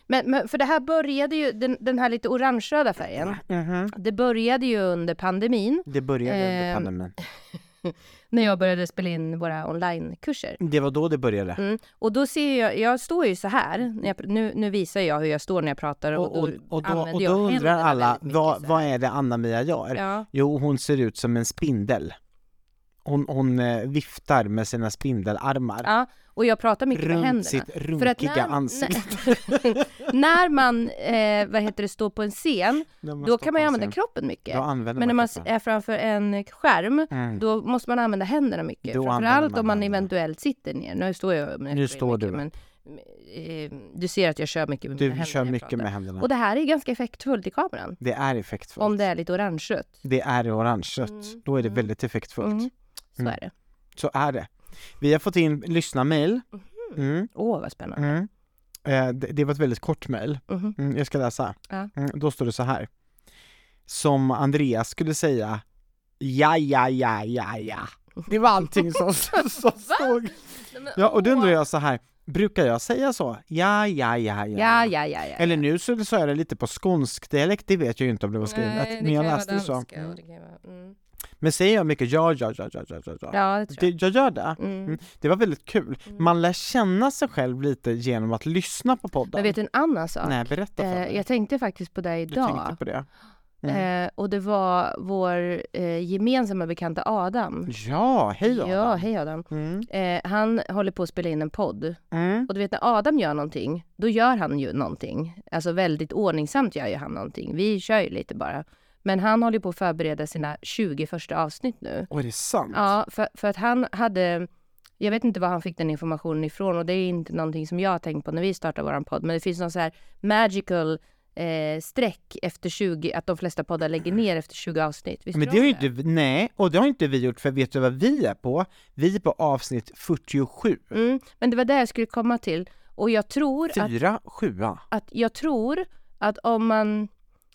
Speaker 1: Men, men för det här började ju, den, den här lite orangeröda färgen, det började ju under pandemin
Speaker 2: Det började under
Speaker 1: Mm-hmm. Ehm.
Speaker 2: pandemin.
Speaker 1: när jag började spela in våra onlinekurser.
Speaker 2: Det var då det började.
Speaker 1: Mm. Och då ser jag, jag står ju så här, när jag, pr- nu, nu visar jag hur jag står när jag pratar och,
Speaker 2: Och, och, och, då,
Speaker 1: använder
Speaker 2: och
Speaker 1: jag
Speaker 2: då undrar
Speaker 1: händerna
Speaker 2: alla,
Speaker 1: väldigt mycket
Speaker 2: vad,
Speaker 1: så här.
Speaker 2: vad är det Anna-Mia gör?
Speaker 1: Ja.
Speaker 2: Jo, hon ser ut som en spindel. Hon, hon eh, viftar med sina spindelarmar
Speaker 1: Ja, och jag pratar mycket med
Speaker 2: runt
Speaker 1: händerna.
Speaker 2: sitt
Speaker 1: För att
Speaker 2: runkiga ansikte.
Speaker 1: När, (laughs) när man, eh, vad heter det, står på en scen,
Speaker 2: (laughs) När man
Speaker 1: då
Speaker 2: står
Speaker 1: kan
Speaker 2: på
Speaker 1: man ju
Speaker 2: en
Speaker 1: använda
Speaker 2: scen.
Speaker 1: kroppen mycket.
Speaker 2: Då använder
Speaker 1: Men när
Speaker 2: man
Speaker 1: man
Speaker 2: kroppen. Mm.
Speaker 1: är framför en skärm, då måste man använda händerna mycket.
Speaker 2: Då
Speaker 1: Framförallt
Speaker 2: använder
Speaker 1: om
Speaker 2: man
Speaker 1: man
Speaker 2: händerna.
Speaker 1: eventuellt sitter ner. Nu står jag med
Speaker 2: Nu står du.
Speaker 1: Men, eh, du ser att jag kör mycket med
Speaker 2: Du
Speaker 1: mina händer
Speaker 2: kör
Speaker 1: när jag
Speaker 2: mycket
Speaker 1: pratar.
Speaker 2: med händerna.
Speaker 1: Och det här är ganska effektfullt i kameran.
Speaker 2: Det är effektfullt.
Speaker 1: Om det är lite orangerött.
Speaker 2: Det är orange kött. Då är det väldigt effektfullt.
Speaker 1: Mm. Så är det.
Speaker 2: Så är det. Vi har fått in lyssnarmail.
Speaker 1: Mhm.
Speaker 2: Mm.
Speaker 1: Åh, vad spännande.
Speaker 2: Mm. Eh, det, det var ett väldigt kort mejl.
Speaker 1: Mhm.
Speaker 2: Mm, jag ska läsa.
Speaker 1: Ja.
Speaker 2: Mm, då står det så här. Som Andreas skulle säga, ja, ja, ja, ja, ja. Det var
Speaker 1: (laughs)
Speaker 2: allting som, som stod. Ja, och då undrar jag så här, brukar jag säga så? Ja, ja, ja, ja.
Speaker 1: Ja, ja, ja, ja.
Speaker 2: Eller nu så sa jag det lite på skånsk dialekt, det vet jag ju inte om det var skrivet, men jag läste det så. Mm. Men säger jag mycket ja, ja, ja, ja, ja, ja, ja.
Speaker 1: Ja, det tror jag. Mm.
Speaker 2: Det, jag gör det. Mm. Det var väldigt kul. Man lär känna sig själv lite genom att lyssna på podden.
Speaker 1: Men vet du en annan sak?
Speaker 2: Nej, berätta för
Speaker 1: Eh,
Speaker 2: mig.
Speaker 1: jag tänkte faktiskt på det
Speaker 2: Du
Speaker 1: idag.
Speaker 2: tänkte på det.
Speaker 1: Eh, och det var vår eh, gemensamma bekanta Adam.
Speaker 2: Ja, hej Mm, Adam.
Speaker 1: Ja, hej Adam. Eh, han håller på att spela in en podd.
Speaker 2: mm.
Speaker 1: Och du vet när Adam gör någonting, då gör han ju någonting. Alltså väldigt ordningsamt gör ju han någonting. Vi kör ju lite bara. Men han håller på att förbereda sina 20 första avsnitt nu.
Speaker 2: Och är det sant?
Speaker 1: Ja, för, för att han hade... Jag vet inte var han fick den informationen ifrån och det är inte någonting som jag har tänkt på när vi startar våran podd. Men det finns någon så här magical eh, streck efter 20, att de flesta poddar lägger ner efter 20 avsnitt. Visste
Speaker 2: Men
Speaker 1: du
Speaker 2: det
Speaker 1: om
Speaker 2: har ju inte, vi- nej, och det har inte vi gjort för vet du vad vi är på? Vi är på avsnitt 47.
Speaker 1: Mm, men det var det jag skulle komma till. Och jag tror att,
Speaker 2: Fyra, sjua.
Speaker 1: att, jag tror att om man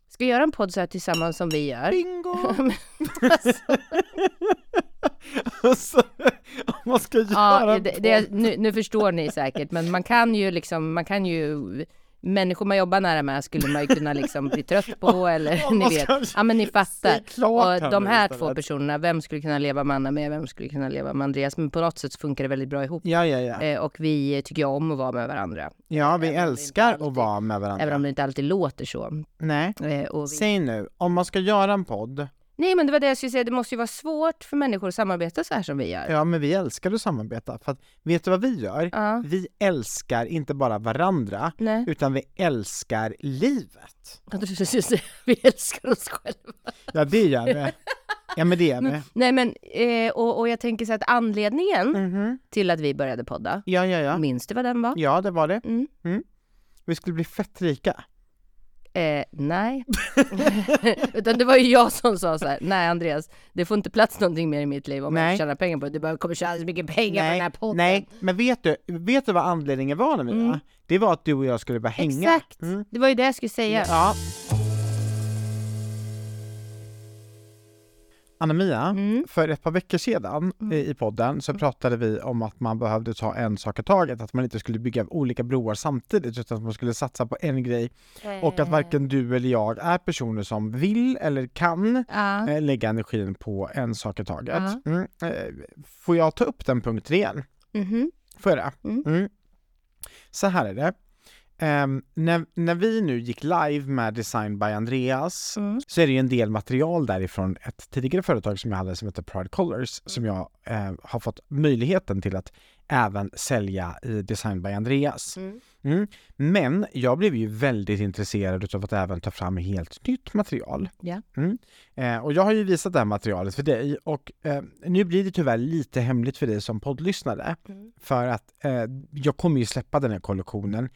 Speaker 1: ska göra en podd så här tillsammans som vi gör.
Speaker 2: Bingo!
Speaker 1: (laughs)
Speaker 2: (laughs) alltså, om man ska (laughs) göra
Speaker 1: Ja,
Speaker 2: en
Speaker 1: det,
Speaker 2: podd.
Speaker 1: det, nu, nu förstår ni säkert, men man kan ju liksom, man kan ju Människor man jobbar nära med skulle man ju kunna liksom bli trött
Speaker 2: (laughs)
Speaker 1: på eller
Speaker 2: Om
Speaker 1: ni
Speaker 2: man
Speaker 1: vet.
Speaker 2: ska
Speaker 1: Ja men ni fattar.
Speaker 2: se klart här
Speaker 1: Och de
Speaker 2: nu
Speaker 1: här
Speaker 2: istället.
Speaker 1: två personerna, vem skulle kunna leva med Anna med, vem skulle kunna leva med Andreas? Men på något sätt så funkar det väldigt bra ihop.
Speaker 2: Ja, ja, ja.
Speaker 1: Eh, och vi tycker ju om att vara med varandra.
Speaker 2: Ja, vi älskar att
Speaker 1: alltid-
Speaker 2: vara med
Speaker 1: Även
Speaker 2: varandra.
Speaker 1: om det inte alltid låter så.
Speaker 2: Nej,
Speaker 1: Eh, och vi...
Speaker 2: säg nu, om man ska göra en podd,
Speaker 1: Nej men det var det jag skulle säga, det måste ju vara svårt för människor att samarbeta så här som vi gör.
Speaker 2: ja men vi älskar att samarbeta, för att vet du vad vi gör?
Speaker 1: Ja.
Speaker 2: Vi älskar inte bara varandra,
Speaker 1: Nej.
Speaker 2: utan vi älskar livet.
Speaker 1: Jag trodde du skulle säga, (laughs) vi älskar oss själva.
Speaker 2: Ja, det gör vi. Ja, men det gör vi.
Speaker 1: Nej (laughs) men, eh, och, och jag tänker så att anledningen till att vi började podda,
Speaker 2: Mhm. Ja, ja, ja.
Speaker 1: minns du vad den var?
Speaker 2: Ja, det var det.
Speaker 1: Mm.
Speaker 2: Mm. Vi skulle bli fett rika.
Speaker 1: Eh,
Speaker 2: (laughs)
Speaker 1: nej. Utan det var ju jag som sa så här, nej Andreas, det får inte plats någonting mer i mitt liv om
Speaker 2: Nej.
Speaker 1: jag tjänar pengar på det. Du bara kommer tjäna så mycket pengar på den här podden. Mm.
Speaker 2: nej, men vet du, vet du vad anledningen var Namira? Det var att du och jag skulle bara hänga.
Speaker 1: Exakt,
Speaker 2: Mm.
Speaker 1: det var ju det jag skulle säga.
Speaker 2: Ja. Anna-Mia,
Speaker 1: Mm.
Speaker 2: för ett par veckor sedan eh, i, i podden så pratade vi om att man behövde ta en sak i taget, att man inte skulle bygga olika broar samtidigt utan att man skulle satsa på en grej och
Speaker 1: Eh.
Speaker 2: att varken du eller jag är personer som vill eller kan
Speaker 1: Ja.
Speaker 2: eh, lägga energin på en sak i taget.
Speaker 1: Ja.
Speaker 2: Mm. eh, Får jag ta upp den punkten igen?
Speaker 1: Mhm.
Speaker 2: Får jag det?
Speaker 1: Mm.
Speaker 2: Så här är det. Ehm, när, när vi nu gick live med Design by Andreas
Speaker 1: Mm.
Speaker 2: så är det ju en del material därifrån ett tidigare företag som jag hade som heter Pride Colors som jag eh, har fått möjligheten till att även sälja i Design by Andreas.
Speaker 1: Mm.
Speaker 2: Mm. Men jag blev ju väldigt intresserad av att även ta fram helt nytt material.
Speaker 1: Ja.
Speaker 2: Mm. Eh, och jag har ju visat det här materialet för dig och eh, nu blir det tyvärr lite hemligt för dig som poddlyssnare för att eh, jag kommer ju släppa den här kollektionen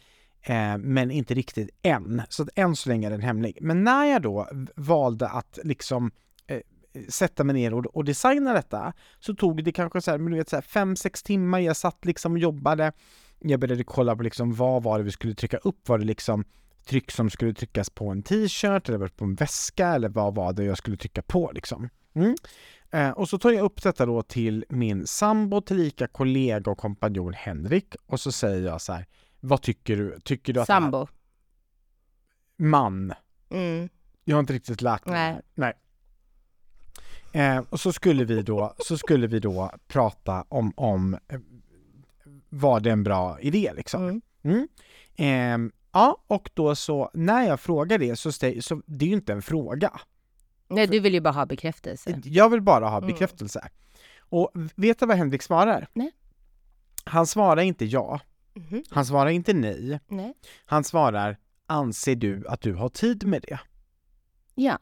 Speaker 2: eh, men inte riktigt än. Så att än så länge är den hemlig. Men när jag då v- valde att liksom eh, sätta mig ner och, och designa detta så tog det kanske så här, men du vet, så här fem, sex timmar. Jag satt liksom och jobbade. Jag började kolla på liksom vad var det vi skulle trycka upp? Var det liksom tryck som skulle tryckas på en t-shirt eller på en väska eller vad var det jag skulle trycka på liksom? Mm. Eh, och så tar jag upp detta då till min sambo, tillika kollega och kompanjon Henrik och så säger jag så här, vad tycker du? Tycker du att det här-
Speaker 1: Sambo.
Speaker 2: man?
Speaker 1: Mm.
Speaker 2: Jag har inte riktigt lärt mig.
Speaker 1: Nej.
Speaker 2: det här. Nej. Eh, och så skulle vi då, så skulle vi då prata om, om eh, var det en bra idé liksom.
Speaker 1: Mm.
Speaker 2: Mm. Ehm, ja, och då så när jag frågar det så, stä- så det är ju inte en fråga.
Speaker 1: Nej, du vill ju bara ha bekräftelse.
Speaker 2: Jag vill bara
Speaker 1: Mm.
Speaker 2: ha bekräftelse. Och vet du vad Henrik svarar?
Speaker 1: Nej.
Speaker 2: Han svarar inte ja.
Speaker 1: Mhm.
Speaker 2: Han svarar inte nej.
Speaker 1: Nej.
Speaker 2: Han svarar, anser du att du har tid med det? Mm.
Speaker 1: Ja.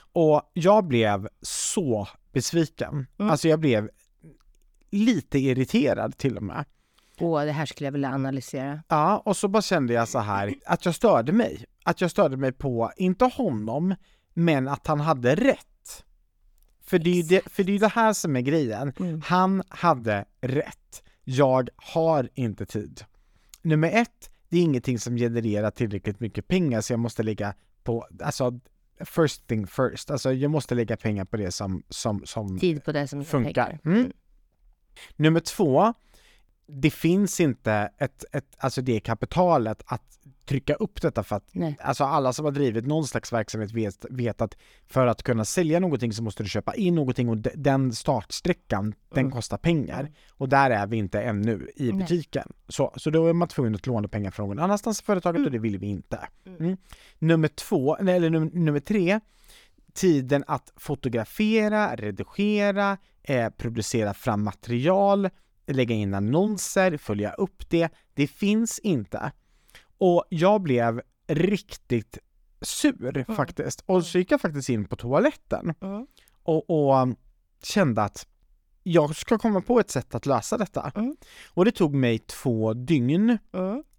Speaker 2: Och jag blev så besviken. Alltså jag blev lite irriterad till och med.
Speaker 1: Åh, det här skulle jag vilja analysera.
Speaker 2: Ja, och så bara kände jag så här att jag störde mig. Att jag störde mig på, inte honom, men att han hade rätt. För det är ju det, för det, är ju det här som är grejen. Han hade rätt. Jag har inte tid. Nummer ett, det är ingenting som genererar tillräckligt mycket pengar så jag måste lägga på, alltså first thing first. Alltså jag måste lägga pengar på det som, som, som
Speaker 1: Tid på det som
Speaker 2: funkar.
Speaker 1: Pengar.
Speaker 2: Mm. Nummer två, det finns inte ett, ett, alltså det kapitalet att trycka upp detta för att
Speaker 1: Nej.
Speaker 2: alltså alla som har drivit någon slags verksamhet vet, vet att för att kunna sälja någonting så måste du köpa in någonting och de, den startsträckan den kostar pengar och där är vi inte ännu i butiken. Så, så då är man tvungen att låna pengar från någon annanstans i företaget och det vill vi inte. Mm. Nummer två, nej, eller num, nummer tre, tiden att fotografera, redigera, eh, producera fram material, lägga in annonser, följa upp det. Det finns inte. Och jag blev riktigt sur faktiskt. Och så gick jag faktiskt in på toaletten
Speaker 1: Mm.
Speaker 2: och, och kände att jag ska komma på ett sätt att lösa detta. Och det tog mig två dygn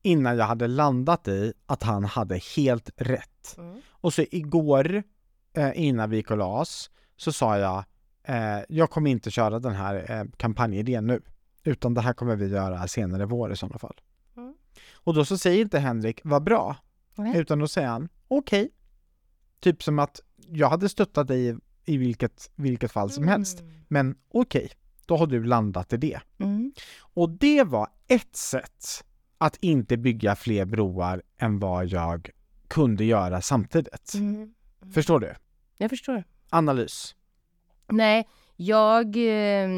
Speaker 2: innan jag hade landat i att han hade helt rätt.
Speaker 1: Mm.
Speaker 2: Och så igår eh, innan vi gick och la oss så sa jag eh, jag kommer inte köra den här eh, kampanjidén nu utan det här kommer vi göra senare i vår i sådana fall.
Speaker 1: Mm.
Speaker 2: Och då så säger inte Henrik vad bra
Speaker 1: Nej.
Speaker 2: utan då säger han okej. Typ som att jag hade stöttat dig i- i vilket, vilket fall
Speaker 1: Mm.
Speaker 2: som helst men okej, då har du landat i det.
Speaker 1: Mm.
Speaker 2: Och det var ett sätt att inte bygga fler broar än vad jag kunde göra samtidigt.
Speaker 1: Mm.
Speaker 2: Förstår du?
Speaker 1: Jag förstår.
Speaker 2: Analys.
Speaker 1: Nej, jag eh,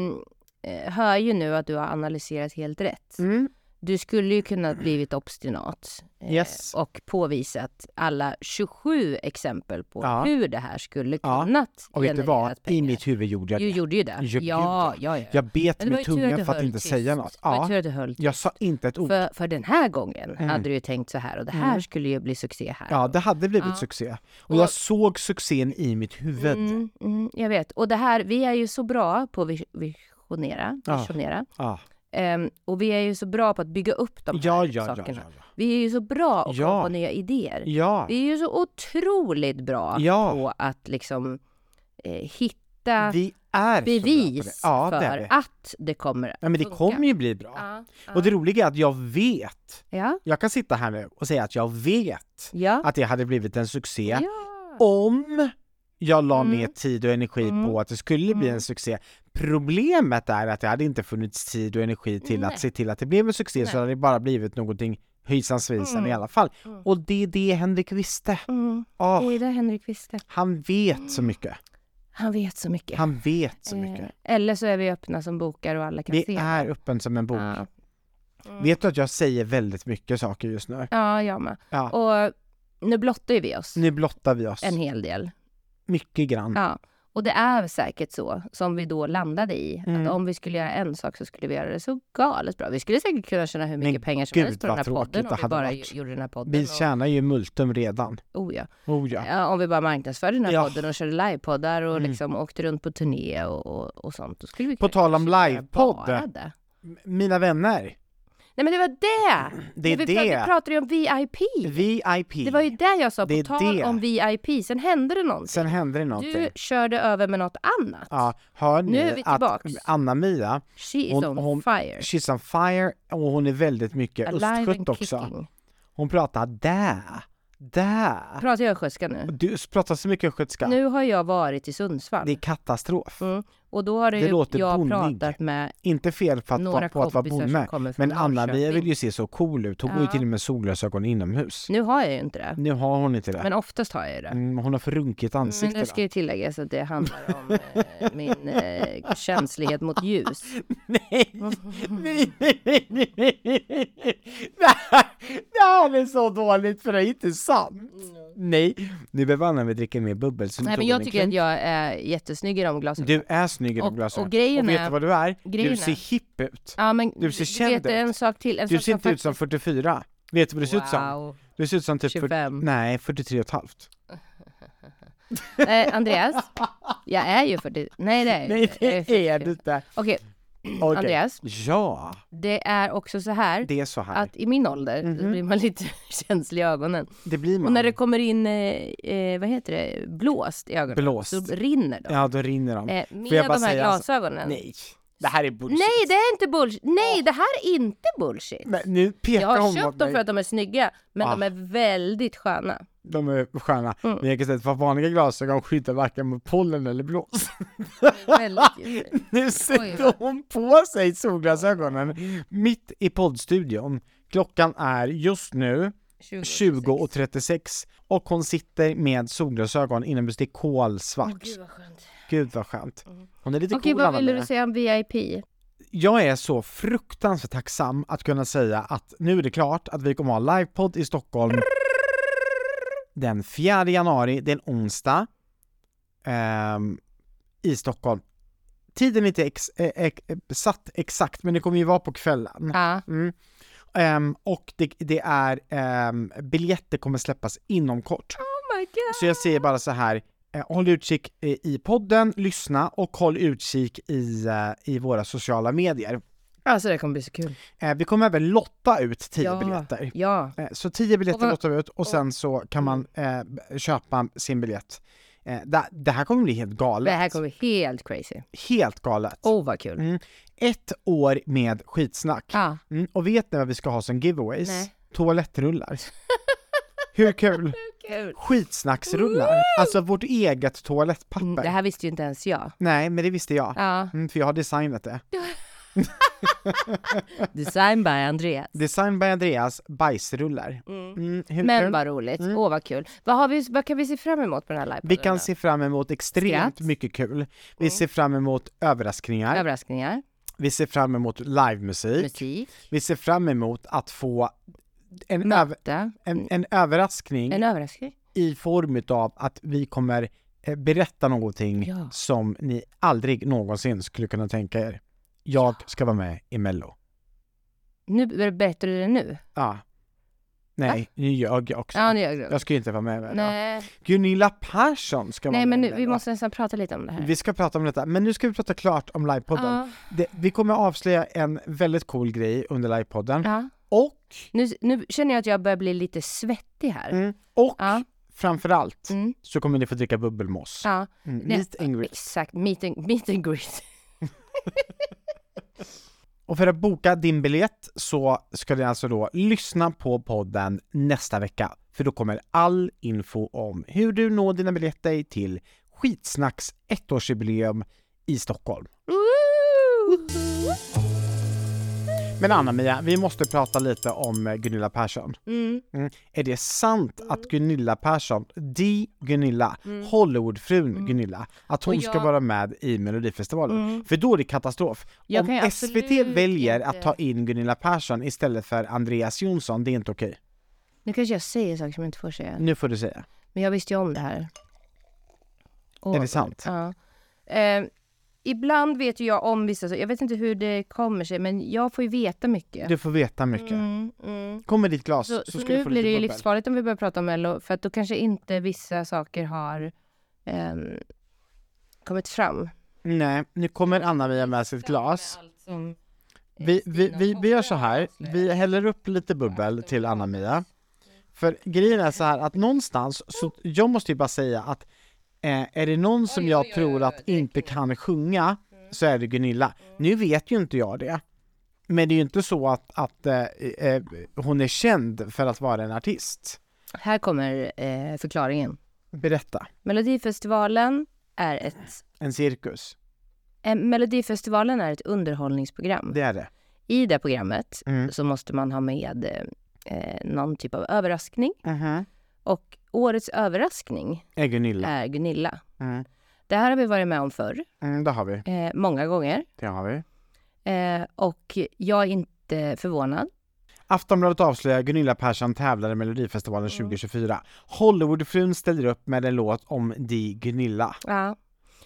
Speaker 1: hör ju nu att du har analyserat helt rätt.
Speaker 2: Mm.
Speaker 1: Du skulle ju kunnat blivit obstinat eh,
Speaker 2: Yes.
Speaker 1: och påvisat alla 27 exempel på
Speaker 2: Ja.
Speaker 1: hur det här skulle
Speaker 2: Ja.
Speaker 1: kunnat
Speaker 2: Och vet du vad?
Speaker 1: genererat
Speaker 2: I
Speaker 1: pengar.
Speaker 2: mitt huvud gjorde jag
Speaker 1: Du
Speaker 2: det.
Speaker 1: gjorde ju det.
Speaker 2: Jag gjorde
Speaker 1: ja,
Speaker 2: det.
Speaker 1: ja, ja.
Speaker 2: Jag bet
Speaker 1: Men det var
Speaker 2: med
Speaker 1: ju tur att du
Speaker 2: tungan för att
Speaker 1: höll
Speaker 2: inte
Speaker 1: tyst.
Speaker 2: säga något.
Speaker 1: Det var ju
Speaker 2: Ja,
Speaker 1: tur att du höll
Speaker 2: jag
Speaker 1: tyst.
Speaker 2: sa inte ett ord. Mm.
Speaker 1: För, för den här gången hade du ju tänkt så här och det här skulle ju bli succé här.
Speaker 2: Ja, det hade blivit succé. Och jag såg succén i mitt huvud.
Speaker 1: Mm, mm, jag vet. Och det här, vi är ju så bra på att vis- visionera.
Speaker 2: Ja.
Speaker 1: visionera.
Speaker 2: Ja.
Speaker 1: Ehm, och vi är ju så bra på att bygga upp de här
Speaker 2: Ja, ja, ja,
Speaker 1: sakerna.
Speaker 2: ja, ja.
Speaker 1: Vi är ju så bra att
Speaker 2: Ja.
Speaker 1: komma på nya idéer.
Speaker 2: Ja.
Speaker 1: Vi är ju så otroligt bra
Speaker 2: Ja.
Speaker 1: på att liksom eh, hitta
Speaker 2: Vi är
Speaker 1: bevis
Speaker 2: så bra på det. Ja, det är
Speaker 1: för
Speaker 2: vi.
Speaker 1: att det kommer
Speaker 2: Ja, men det kommer ju bli bra.
Speaker 1: Ja,
Speaker 2: Och det roliga är att jag vet.
Speaker 1: Ja,
Speaker 2: Jag kan sitta här nu och säga att jag vet
Speaker 1: ja.
Speaker 2: att det hade blivit en succé
Speaker 1: ja. Mm.
Speaker 2: om jag la ner tid och energi på att det skulle bli en succé. Problemet är att det hade inte funnits tid och energi till att se till att det blev en succé så hade det bara blivit någonting hysans svisan i alla fall. Och det är det Henrik visste.
Speaker 1: Mm.
Speaker 2: Ah,
Speaker 1: Oj, det är Henrik visste.
Speaker 2: han vet så mycket.
Speaker 1: Han vet så mycket.
Speaker 2: Han vet så
Speaker 1: Eh,
Speaker 2: mycket.
Speaker 1: Eller så är vi öppna som bokar och alla kan
Speaker 2: Vi
Speaker 1: se.
Speaker 2: är öppen som en bok.
Speaker 1: Ja,
Speaker 2: Vet du att jag säger väldigt mycket saker just nu?
Speaker 1: ja jag med.
Speaker 2: Ja.
Speaker 1: Och nu blottar ju vi oss
Speaker 2: Nu blottar vi oss.
Speaker 1: en hel del.
Speaker 2: Mycket grann.
Speaker 1: Ja. Och det är säkert så som vi då landade i.
Speaker 2: Mm.
Speaker 1: Att om vi skulle göra en sak så skulle vi göra det så galet bra. Vi skulle säkert kunna tjäna hur mycket pengar som
Speaker 2: gud,
Speaker 1: helst på
Speaker 2: vad
Speaker 1: den här
Speaker 2: tråkigt
Speaker 1: podden
Speaker 2: det
Speaker 1: om vi
Speaker 2: hade
Speaker 1: bara
Speaker 2: varit.
Speaker 1: ju- gjorde den här podden.
Speaker 2: Vi tjänar ju multum redan.
Speaker 1: och, oh ja.
Speaker 2: Oh ja.
Speaker 1: Ja, om vi bara marknadsförde den här
Speaker 2: Ja. Mm.
Speaker 1: podden och körde livepoddar och liksom åkte runt på turné och, och, och sånt. Då skulle vi
Speaker 2: På
Speaker 1: kunna
Speaker 2: tal om
Speaker 1: göra
Speaker 2: livepodd.
Speaker 1: bara det.
Speaker 2: M- Mina vänner,
Speaker 1: Nej men det var det!
Speaker 2: (clears throat) Det är
Speaker 1: vi pratade,
Speaker 2: det.
Speaker 1: vi pratade ju om VIP.
Speaker 2: VIP.
Speaker 1: Det var ju det jag sa,
Speaker 2: Det är
Speaker 1: på tal
Speaker 2: det.
Speaker 1: om VIP. Sen hände det någonting.
Speaker 2: Sen hände det någonting.
Speaker 1: Du körde över med något annat.
Speaker 2: Ja, hör
Speaker 1: Nu är
Speaker 2: ni
Speaker 1: vi
Speaker 2: att
Speaker 1: tillbaks.
Speaker 2: Anna-Mia,
Speaker 1: She is
Speaker 2: hon-
Speaker 1: on
Speaker 2: hon-
Speaker 1: fire.
Speaker 2: she's on fire och hon är väldigt mycket
Speaker 1: Alive
Speaker 2: östgöt
Speaker 1: and
Speaker 2: också.
Speaker 1: kicking.
Speaker 2: Hon pratar där, där.
Speaker 1: Pratar jag östgötska nu?
Speaker 2: Du pratar så mycket östgötska.
Speaker 1: Nu har jag varit i Sundsvall.
Speaker 2: Det är katastrof.
Speaker 1: Mm. Och då har
Speaker 2: Det
Speaker 1: ju
Speaker 2: låter
Speaker 1: jag
Speaker 2: bonnig.
Speaker 1: pratat med...
Speaker 2: Inte fel för att,
Speaker 1: Några
Speaker 2: vara- på att vara
Speaker 1: kompisar som kommer
Speaker 2: bonde,
Speaker 1: från
Speaker 2: men Anna-Mia
Speaker 1: Norrköping.
Speaker 2: vill ju se så cool ut. Hon går ju
Speaker 1: Ja.
Speaker 2: till och med solglasögon inomhus.
Speaker 1: Nu har jag ju inte det.
Speaker 2: Nu har hon inte det.
Speaker 1: Men oftast har jag ju det.
Speaker 2: Mm, hon har för runkigt
Speaker 1: Men
Speaker 2: ansikte.
Speaker 1: det ska ju tilläggas att det handlar om
Speaker 2: (laughs)
Speaker 1: eh, min eh, känslighet mot ljus.
Speaker 2: Nej, (laughs) nej, nej, nej, nej, nej, nej, nej. Det här- Det här är så dåligt för det är inte sant. Nej, nu behöver Anna vi dricka mer bubbel. Så nu
Speaker 1: Mm. Nej, men
Speaker 2: tog hon
Speaker 1: jag
Speaker 2: en
Speaker 1: tycker att
Speaker 2: klunk.
Speaker 1: jag är jättesnygg i de glasögonen.
Speaker 2: Du är snygg i
Speaker 1: Och-
Speaker 2: de
Speaker 1: och
Speaker 2: glasögonen.
Speaker 1: grejen
Speaker 2: vet
Speaker 1: är-
Speaker 2: du vad du är?
Speaker 1: grejen
Speaker 2: Du ser
Speaker 1: är-
Speaker 2: hipp ut.
Speaker 1: Ja, men
Speaker 2: Du ser känd
Speaker 1: vet,
Speaker 2: ut.
Speaker 1: en sak till. En
Speaker 2: Du
Speaker 1: sak
Speaker 2: ser inte ut som 44. Vet du vad du ser ut som?
Speaker 1: Wow.
Speaker 2: Du ser ut som typ
Speaker 1: 25.
Speaker 2: nej, 43 och ett halvt.
Speaker 1: Eh, Andreas, jag är ju 40. Nej, det är jag
Speaker 2: Nej,
Speaker 1: inte. Jag
Speaker 2: det är
Speaker 1: 44.
Speaker 2: du inte.
Speaker 1: Okej,
Speaker 2: Okej.
Speaker 1: eh, Andreas,
Speaker 2: Ja,
Speaker 1: det är också så här
Speaker 2: det Mhm. är så här.
Speaker 1: att i min ålder så blir man lite (laughs) känslig i ögonen.
Speaker 2: det blir man.
Speaker 1: Och när det kommer in, eh, eh, vad heter det, blåst i ögonen
Speaker 2: Blåst.
Speaker 1: så rinner de.
Speaker 2: Ja, då rinner de.
Speaker 1: Eh,
Speaker 2: Får
Speaker 1: med
Speaker 2: jag bara
Speaker 1: de här
Speaker 2: säga alltså-
Speaker 1: glasögonen. Nej.
Speaker 2: Nej, det här är bullshit.
Speaker 1: det är inte bullshit. Nej, det här är inte bullshit.
Speaker 2: Men nu pekar
Speaker 1: Jag har
Speaker 2: hon
Speaker 1: köpt
Speaker 2: mot
Speaker 1: dem
Speaker 2: mig.
Speaker 1: för att de är snygga, men (laughs)
Speaker 2: Ah.
Speaker 1: de är väldigt sköna.
Speaker 2: De är sköna.
Speaker 1: Mm.
Speaker 2: Men jag kan säga att för vanliga glasögon skyddar varken mot pollen eller blås. (laughs)
Speaker 1: Väldigt ljus.
Speaker 2: Nu sätter hon på sig solglasögonen mitt i poddstudion. Klockan är just nu 20.36 och hon sitter med solglasögon inomhus. Det är kolsvart.
Speaker 1: Gud vad skönt.
Speaker 2: Gud vad skönt. Hon är lite
Speaker 1: Okej,
Speaker 2: cool
Speaker 1: vad
Speaker 2: av
Speaker 1: ville
Speaker 2: henne.
Speaker 1: du säga om VIP?
Speaker 2: Jag är så fruktansvärt tacksam att kunna säga att nu är det klart att vi kommer ha livepodd i Stockholm den 4 januari, det är en onsdag, ehm, i Stockholm. Tiden är inte ex- eh, ex- eh, satt exakt, men det kommer ju vara på kvällen.
Speaker 1: Ja,
Speaker 2: Mm. Ehm, och det, det är, ehm, biljetter kommer släppas inom kort.
Speaker 1: oh my god.
Speaker 2: Så jag säger bara så här, eh, håll utkik eh, i podden, lyssna och håll utkik i, eh, i våra sociala medier.
Speaker 1: Alltså det kommer bli så kul.
Speaker 2: Eh, vi kommer även lotta ut 10
Speaker 1: Ja.
Speaker 2: biljetter.
Speaker 1: Ja,
Speaker 2: Eh, så 10 biljetter
Speaker 1: Och vad- Mm.
Speaker 2: lottar vi ut och sen så kan man eh, b- köpa sin biljett. Eh, det, det här kommer bli helt
Speaker 1: det
Speaker 2: galet.
Speaker 1: här kommer bli helt crazy.
Speaker 2: Helt galet.
Speaker 1: Åh oh, vad kul.
Speaker 2: Mm. Ett år med skitsnack.
Speaker 1: Ja,
Speaker 2: Mm. Och vet ni vad vi ska ha som giveaways?
Speaker 1: Nej. (laughs)
Speaker 2: Toalettrullar. Hur kul?
Speaker 1: kul.
Speaker 2: Skitsnacksrullar. Alltså vårt eget toalettpapper.
Speaker 1: Mm, Det här visste ju inte ens jag.
Speaker 2: Nej, men det visste jag.
Speaker 1: Ja,
Speaker 2: Mm, för jag har designat det.
Speaker 1: design by Andreas.
Speaker 2: Design by Andreas, bajsrullar. Mm, hur
Speaker 1: Men
Speaker 2: kul?
Speaker 1: vad roligt. Åh vad kul. Vad, har vi, vad kan vi se fram emot på den här livepodden?
Speaker 2: Vi kan
Speaker 1: då?
Speaker 2: se fram emot extremt
Speaker 1: Skratt. Mm.
Speaker 2: mycket kul. Vi ser fram emot överraskningar.
Speaker 1: Överraskningar,
Speaker 2: Vi ser fram emot livemusik.
Speaker 1: musik,
Speaker 2: Vi ser fram emot att få en, över,
Speaker 1: möte,
Speaker 2: en, en överraskning
Speaker 1: en överraskning.
Speaker 2: i form av att vi kommer eh, berätta någonting
Speaker 1: Ja.
Speaker 2: som ni aldrig någonsin skulle kunna tänka er. Jag ska vara med i Mello.
Speaker 1: Nu berättar du det nu.
Speaker 2: Ja. Nej, nu ljög jag också.
Speaker 1: Ja, nu gör jag det.
Speaker 2: Jag ska ju inte vara med. med det, va?
Speaker 1: Nej,
Speaker 2: Gunilla Persson ska
Speaker 1: nej
Speaker 2: vara med.
Speaker 1: men
Speaker 2: i
Speaker 1: nu,
Speaker 2: Mello.
Speaker 1: vi måste nästan prata lite om det här.
Speaker 2: Vi ska prata om detta, men nu ska vi prata klart om livepodden.
Speaker 1: ja,
Speaker 2: Det, vi kommer avslöja en väldigt cool grej under livepodden.
Speaker 1: ja.
Speaker 2: Och,
Speaker 1: Nu, nu känner jag att jag börjar bli lite svettig här.
Speaker 2: mm, och
Speaker 1: Ja.
Speaker 2: framförallt
Speaker 1: Mm.
Speaker 2: så kommer ni få dricka bubbelmoss.
Speaker 1: Ja,
Speaker 2: Mm,
Speaker 1: Nej.
Speaker 2: meet and greet.
Speaker 1: exakt. Meet and, meet and
Speaker 2: (laughs)
Speaker 1: greet.
Speaker 2: Och för att boka din biljett så ska ni alltså då lyssna på podden nästa vecka. För då kommer all info om hur du når dina biljetter till Skitsnacks ettårsjubileum i Stockholm. Men Anna-Mia, vi måste prata lite om eh, Gunilla Persson.
Speaker 1: Mm.
Speaker 2: Mm. Är det sant att Gunilla Persson, de Gunilla, Hollywoodfrun Gunilla, att hon
Speaker 1: Mm. Och
Speaker 2: ska
Speaker 1: jag- Mm.
Speaker 2: vara med i Melodifestivalen? För då är det katastrof.
Speaker 1: Jag kan ju
Speaker 2: Om SVT
Speaker 1: absolut
Speaker 2: väljer
Speaker 1: inte-
Speaker 2: att ta in Gunilla Persson istället för Andreas Jonsson, det är inte okej.
Speaker 1: Nu kanske jag säger saker som jag inte får säga.
Speaker 2: Nu får du säga.
Speaker 1: Men jag visste ju om det här. Åh,
Speaker 2: Är det
Speaker 1: vad-
Speaker 2: sant?
Speaker 1: Ja. Eh, ibland vet ju jag om vissa saker. Jag vet inte hur det kommer sig, men jag får ju veta mycket.
Speaker 2: Du får veta mycket.
Speaker 1: Mm, mm.
Speaker 2: Kom med ditt glas
Speaker 1: Så,
Speaker 2: så,
Speaker 1: så,
Speaker 2: ska du
Speaker 1: nu
Speaker 2: få
Speaker 1: blir
Speaker 2: lite
Speaker 1: det ju
Speaker 2: bubbel.
Speaker 1: livsfarligt om vi börjar prata om Mello, för att då kanske inte vissa saker har ehm, kommit fram.
Speaker 2: Nej, nu kommer Anna-Mia med sitt glas.
Speaker 1: Eh,
Speaker 2: Vi, vi, vi, vi gör så här, vi häller upp lite bubbel till Anna-Mia. För grejen är så här att någonstans, så jag måste ju bara säga att eh, är det någon som jag tror att inte kan sjunga så är det Gunilla. Nu vet ju inte jag det. Men det är ju inte så att, att eh, eh, hon är känd för att vara en artist.
Speaker 1: Här kommer eh, förklaringen.
Speaker 2: Berätta.
Speaker 1: Melodifestivalen är ett
Speaker 2: En cirkus.
Speaker 1: eh, Melodifestivalen är ett underhållningsprogram.
Speaker 2: Det är det.
Speaker 1: I det programmet
Speaker 2: Mm.
Speaker 1: så måste man ha med eh, eh, någon typ av överraskning.
Speaker 2: Mhm.
Speaker 1: Och årets överraskning
Speaker 2: Är Gunilla.
Speaker 1: är Gunilla.
Speaker 2: Mm.
Speaker 1: Det här har vi varit med om förr,
Speaker 2: Mm, det har vi.
Speaker 1: eh, många gånger.
Speaker 2: Det har vi.
Speaker 1: Eh, och jag är inte förvånad.
Speaker 2: Aftonbladet avslöjar Gunilla Persson tävlar i Melodifestivalen
Speaker 1: Mm.
Speaker 2: 2024. Hollywoodfrun ställer upp med en låt om Di Gunilla.
Speaker 1: Ja.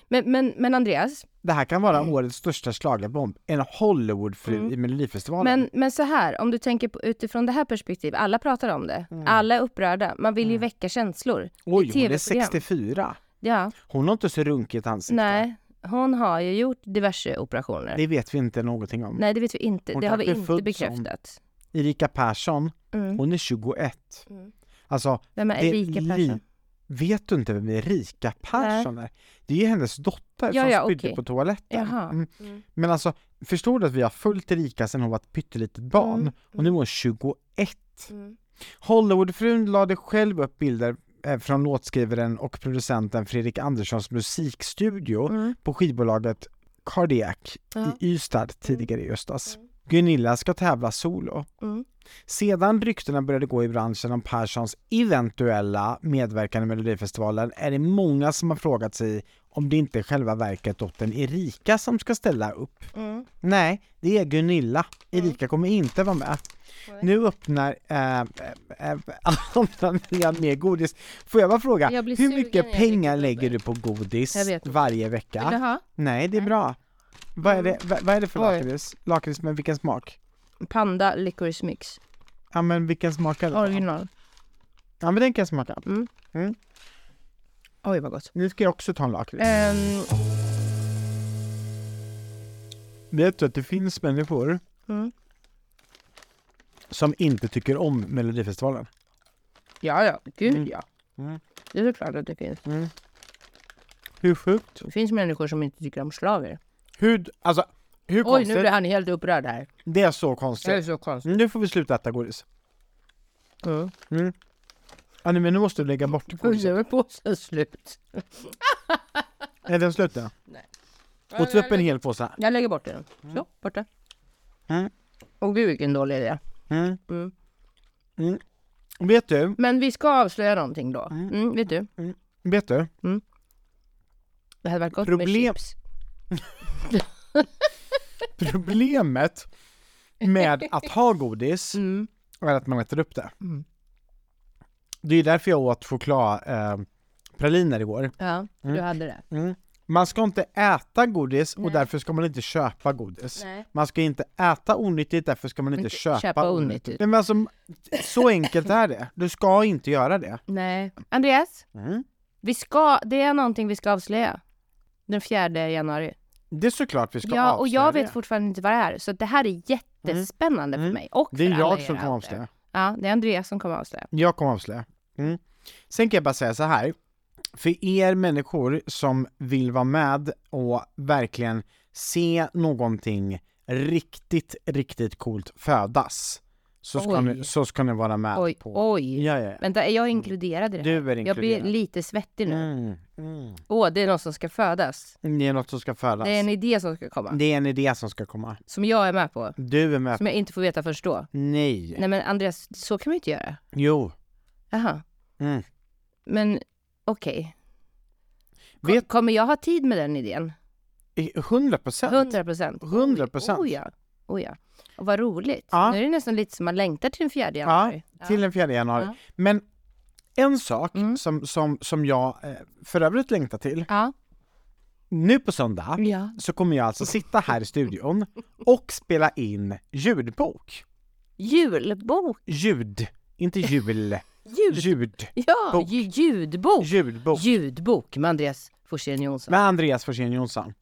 Speaker 1: Men, men, men Andreas,
Speaker 2: Det här kan vara
Speaker 1: Mm.
Speaker 2: årets största schlagerbomb. En Hollywoodfru i Melodifestivalen.
Speaker 1: men, men så här, om du tänker på, utifrån det här perspektivet, alla pratar om det, alla är upprörda, man vill ju väcka känslor.
Speaker 2: Mm. Oj, hon är
Speaker 1: TV-program.
Speaker 2: 64.
Speaker 1: Ja,
Speaker 2: Hon har inte så runkigt ansikte.
Speaker 1: nej, hon har ju gjort diverse operationer.
Speaker 2: Det vet vi inte någonting om.
Speaker 1: Nej, det vet vi inte,
Speaker 2: Hon
Speaker 1: det har vi
Speaker 2: kanske är
Speaker 1: inte
Speaker 2: född
Speaker 1: bekräftat.
Speaker 2: Erika Persson,
Speaker 1: Mm.
Speaker 2: hon är 21.
Speaker 1: Mm.
Speaker 2: Alltså,
Speaker 1: Vem är
Speaker 2: det
Speaker 1: Erika Persson?
Speaker 2: li- Vet du inte vem Erika Persson är? Det är ju hennes dotter
Speaker 1: Ja,
Speaker 2: som
Speaker 1: ja,
Speaker 2: spydde
Speaker 1: okej.
Speaker 2: på toaletten.
Speaker 1: Jaha.
Speaker 2: Mm. Men alltså, förstår du att vi har följt Erika sedan hon var ett pyttelitet barn och nu är hon 21.
Speaker 1: Mm.
Speaker 2: Hollywoodfrun lade själv upp bilder eh, från låtskrivaren och producenten Fredrik Anderssons musikstudio
Speaker 1: Mm.
Speaker 2: på skivbolaget Cardiac
Speaker 1: Ja.
Speaker 2: i Ystad tidigare i höstas. Gunilla ska tävla solo.
Speaker 1: Mm.
Speaker 2: Sedan ryktena började gå i branschen om Perssons eventuella medverkan i Melodifestivalen är det många som har frågat sig om det inte är själva verket dottern Erika som ska ställa upp.
Speaker 1: Mm.
Speaker 2: Nej, det är Gunilla. Erika kommer inte vara med. Nu öppnar eh, eh, eh, (laughs) Andrea mer godis. Får jag bara fråga,
Speaker 1: Jag blir
Speaker 2: hur
Speaker 1: sugen,
Speaker 2: mycket
Speaker 1: jag
Speaker 2: pengar
Speaker 1: tycker
Speaker 2: lägger
Speaker 1: det.
Speaker 2: du på godis
Speaker 1: Jag vet inte.
Speaker 2: varje
Speaker 1: Vill du
Speaker 2: vecka?
Speaker 1: ha? Mm.
Speaker 2: Nej, det är bra. Vad är det, vad, vad är det för
Speaker 1: Oj.
Speaker 2: lakrits? Lakrits med vilken smak?
Speaker 1: Panda licorice mix.
Speaker 2: Ja men vilken smak är det? då?
Speaker 1: Original.
Speaker 2: Ja men den kan jag smaka.
Speaker 1: Oj vad gott.
Speaker 2: Nu ska jag också ta en lakrits.
Speaker 1: Ehm,
Speaker 2: Vet du att det finns människor
Speaker 1: Mm.
Speaker 2: som inte tycker om Melodifestivalen?
Speaker 1: ja, ja. Gud ja.
Speaker 2: Mm.
Speaker 1: Det är klart att det finns.
Speaker 2: Hur sjukt?
Speaker 1: Det finns människor som inte tycker om slager.
Speaker 2: Hur, alltså, hur
Speaker 1: Oj,
Speaker 2: konstigt?
Speaker 1: nu blir han helt upprörd här.
Speaker 2: Det är så
Speaker 1: Det är
Speaker 2: konstigt.
Speaker 1: så konstigt.
Speaker 2: Nu får vi sluta äta godis.
Speaker 1: Mm.
Speaker 2: Annie, men nu måste du lägga bort
Speaker 1: Oj,
Speaker 2: godiset.
Speaker 1: Nu är påsen slut.
Speaker 2: Är den slut nu?
Speaker 1: Nej.
Speaker 2: Åt du upp en hel påse?
Speaker 1: Jag lägger bort den. Så, borta.
Speaker 2: Mm.
Speaker 1: Och gud vilken dålig idé.
Speaker 2: Mm.
Speaker 1: Mm.
Speaker 2: Mm. Vet du?
Speaker 1: Men vi ska avslöja någonting då.
Speaker 2: Mm.
Speaker 1: Mm, vet du?
Speaker 2: Vet du?
Speaker 1: Det hade varit gott
Speaker 2: Problem-
Speaker 1: med chips.
Speaker 2: Problemet
Speaker 1: (laughs)
Speaker 2: med att ha godis
Speaker 1: Mm.
Speaker 2: är att man äter upp det.
Speaker 1: Mm.
Speaker 2: Det är därför jag åt chokladpraliner eh, praliner igår.
Speaker 1: Ja, du hade det.
Speaker 2: Man ska inte äta godis och därför ska man inte köpa godis.
Speaker 1: Nej.
Speaker 2: Man ska inte äta onyttigt, därför ska man inte,
Speaker 1: Inte
Speaker 2: köpa,
Speaker 1: köpa
Speaker 2: onyttigt.
Speaker 1: onyttigt.
Speaker 2: Nej, men alltså, så enkelt är det. Du ska inte göra det.
Speaker 1: Nej. Andreas,
Speaker 2: Mm.
Speaker 1: vi ska, det är någonting vi ska avslöja. Den 4 januari.
Speaker 2: Det är såklart vi ska
Speaker 1: Ja, och jag
Speaker 2: avslöja
Speaker 1: vet
Speaker 2: det.
Speaker 1: fortfarande inte vad det är. Så det här är jättespännande
Speaker 2: Mm.
Speaker 1: för mig. Och
Speaker 2: Det är
Speaker 1: för alla
Speaker 2: jag
Speaker 1: er
Speaker 2: som kommer
Speaker 1: out
Speaker 2: avslöja.
Speaker 1: there. Ja, det är Andreas som kommer avslöja.
Speaker 2: Jag kommer avslöja. Mm. Sen kan jag bara säga så här. För er människor som vill vara med och verkligen se någonting riktigt, riktigt coolt födas, så ska,
Speaker 1: Oj.
Speaker 2: ni, så ska ni vara med
Speaker 1: Oj,
Speaker 2: på...
Speaker 1: oj.
Speaker 2: Ja, ja, ja.
Speaker 1: Vänta, är jag inkluderad i det här?
Speaker 2: Du är
Speaker 1: Jag blir
Speaker 2: inkluderad.
Speaker 1: lite svettig nu.
Speaker 2: Mm, mm.
Speaker 1: Åh, det är någon som ska födas.
Speaker 2: Det är något som ska födas.
Speaker 1: Det är en idé som ska komma.
Speaker 2: Det är en idé som ska komma.
Speaker 1: Som jag är med på.
Speaker 2: Du är med.
Speaker 1: Som jag inte får veta först då.
Speaker 2: Nej.
Speaker 1: Nej men Andreas, så kan vi inte göra.
Speaker 2: Jo.
Speaker 1: Jaha.
Speaker 2: Mm.
Speaker 1: Men okej. Ko-
Speaker 2: Vet-
Speaker 1: Kommer jag ha tid med den idén?
Speaker 2: I- 100 procent.
Speaker 1: 100 procent.
Speaker 2: 100 procent.
Speaker 1: Oh ja. Oh ja. Och vad roligt.
Speaker 2: Ja.
Speaker 1: Nu är det nästan lite som man längtar till den fjärde
Speaker 2: Ja,
Speaker 1: januari.
Speaker 2: till den 4 januari.
Speaker 1: Ja.
Speaker 2: Men en sak
Speaker 1: Mm.
Speaker 2: som, som, som jag eh, för övrigt längtar till.
Speaker 1: Ja.
Speaker 2: Nu på söndag
Speaker 1: Ja.
Speaker 2: så kommer jag alltså sitta här i studion och spela in ljudbok.
Speaker 1: Julbok.
Speaker 2: Ljud,
Speaker 1: (laughs)
Speaker 2: inte jul.
Speaker 1: Ljud.
Speaker 2: Ljud.
Speaker 1: Ja,
Speaker 2: Bok.
Speaker 1: ju- ljudbok.
Speaker 2: Ljudbok.
Speaker 1: Ljudbok med Andreas Forsén Jonsson.
Speaker 2: Med Andreas Forsén Jonsson.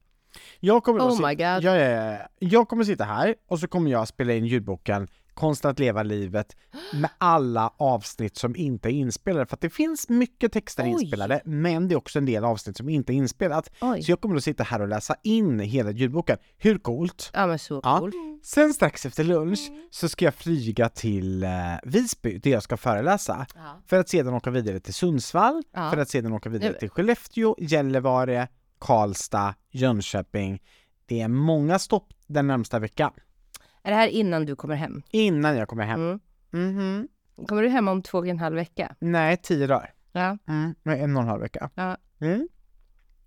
Speaker 2: Jag kommer, att
Speaker 1: Oh
Speaker 2: sit-
Speaker 1: my god.
Speaker 2: Ja, ja, ja, ja. jag kommer sitta här och så kommer jag spela in ljudboken Konst att
Speaker 1: (gasps)
Speaker 2: leva livet med alla avsnitt som inte är inspelade. För att det finns mycket texter
Speaker 1: Oj.
Speaker 2: inspelade, men det är också en del avsnitt som inte är inspelat.
Speaker 1: Oj.
Speaker 2: Så jag kommer att sitta här och läsa in hela ljudboken. Hur coolt?
Speaker 1: Ja men så
Speaker 2: Ja.
Speaker 1: coolt. Mm.
Speaker 2: Sen strax efter lunch så ska jag flyga till eh, Visby, där jag ska föreläsa.
Speaker 1: Ja.
Speaker 2: För att sedan åka vidare till Sundsvall,
Speaker 1: Ja.
Speaker 2: för att sedan åka vidare
Speaker 1: Nu-
Speaker 2: till Skellefteå, Gällivare, Karlstad, Jönköping. Det är många stopp den närmsta veckan,
Speaker 1: Är det här innan du kommer hem?
Speaker 2: innan jag kommer hem.
Speaker 1: Mm.
Speaker 2: Mhm.
Speaker 1: Kommer du hem om två och en halv vecka?
Speaker 2: Nej, tio dagar.
Speaker 1: Ja.
Speaker 2: Mm. men En och en halv vecka.
Speaker 1: ja.
Speaker 2: Mm.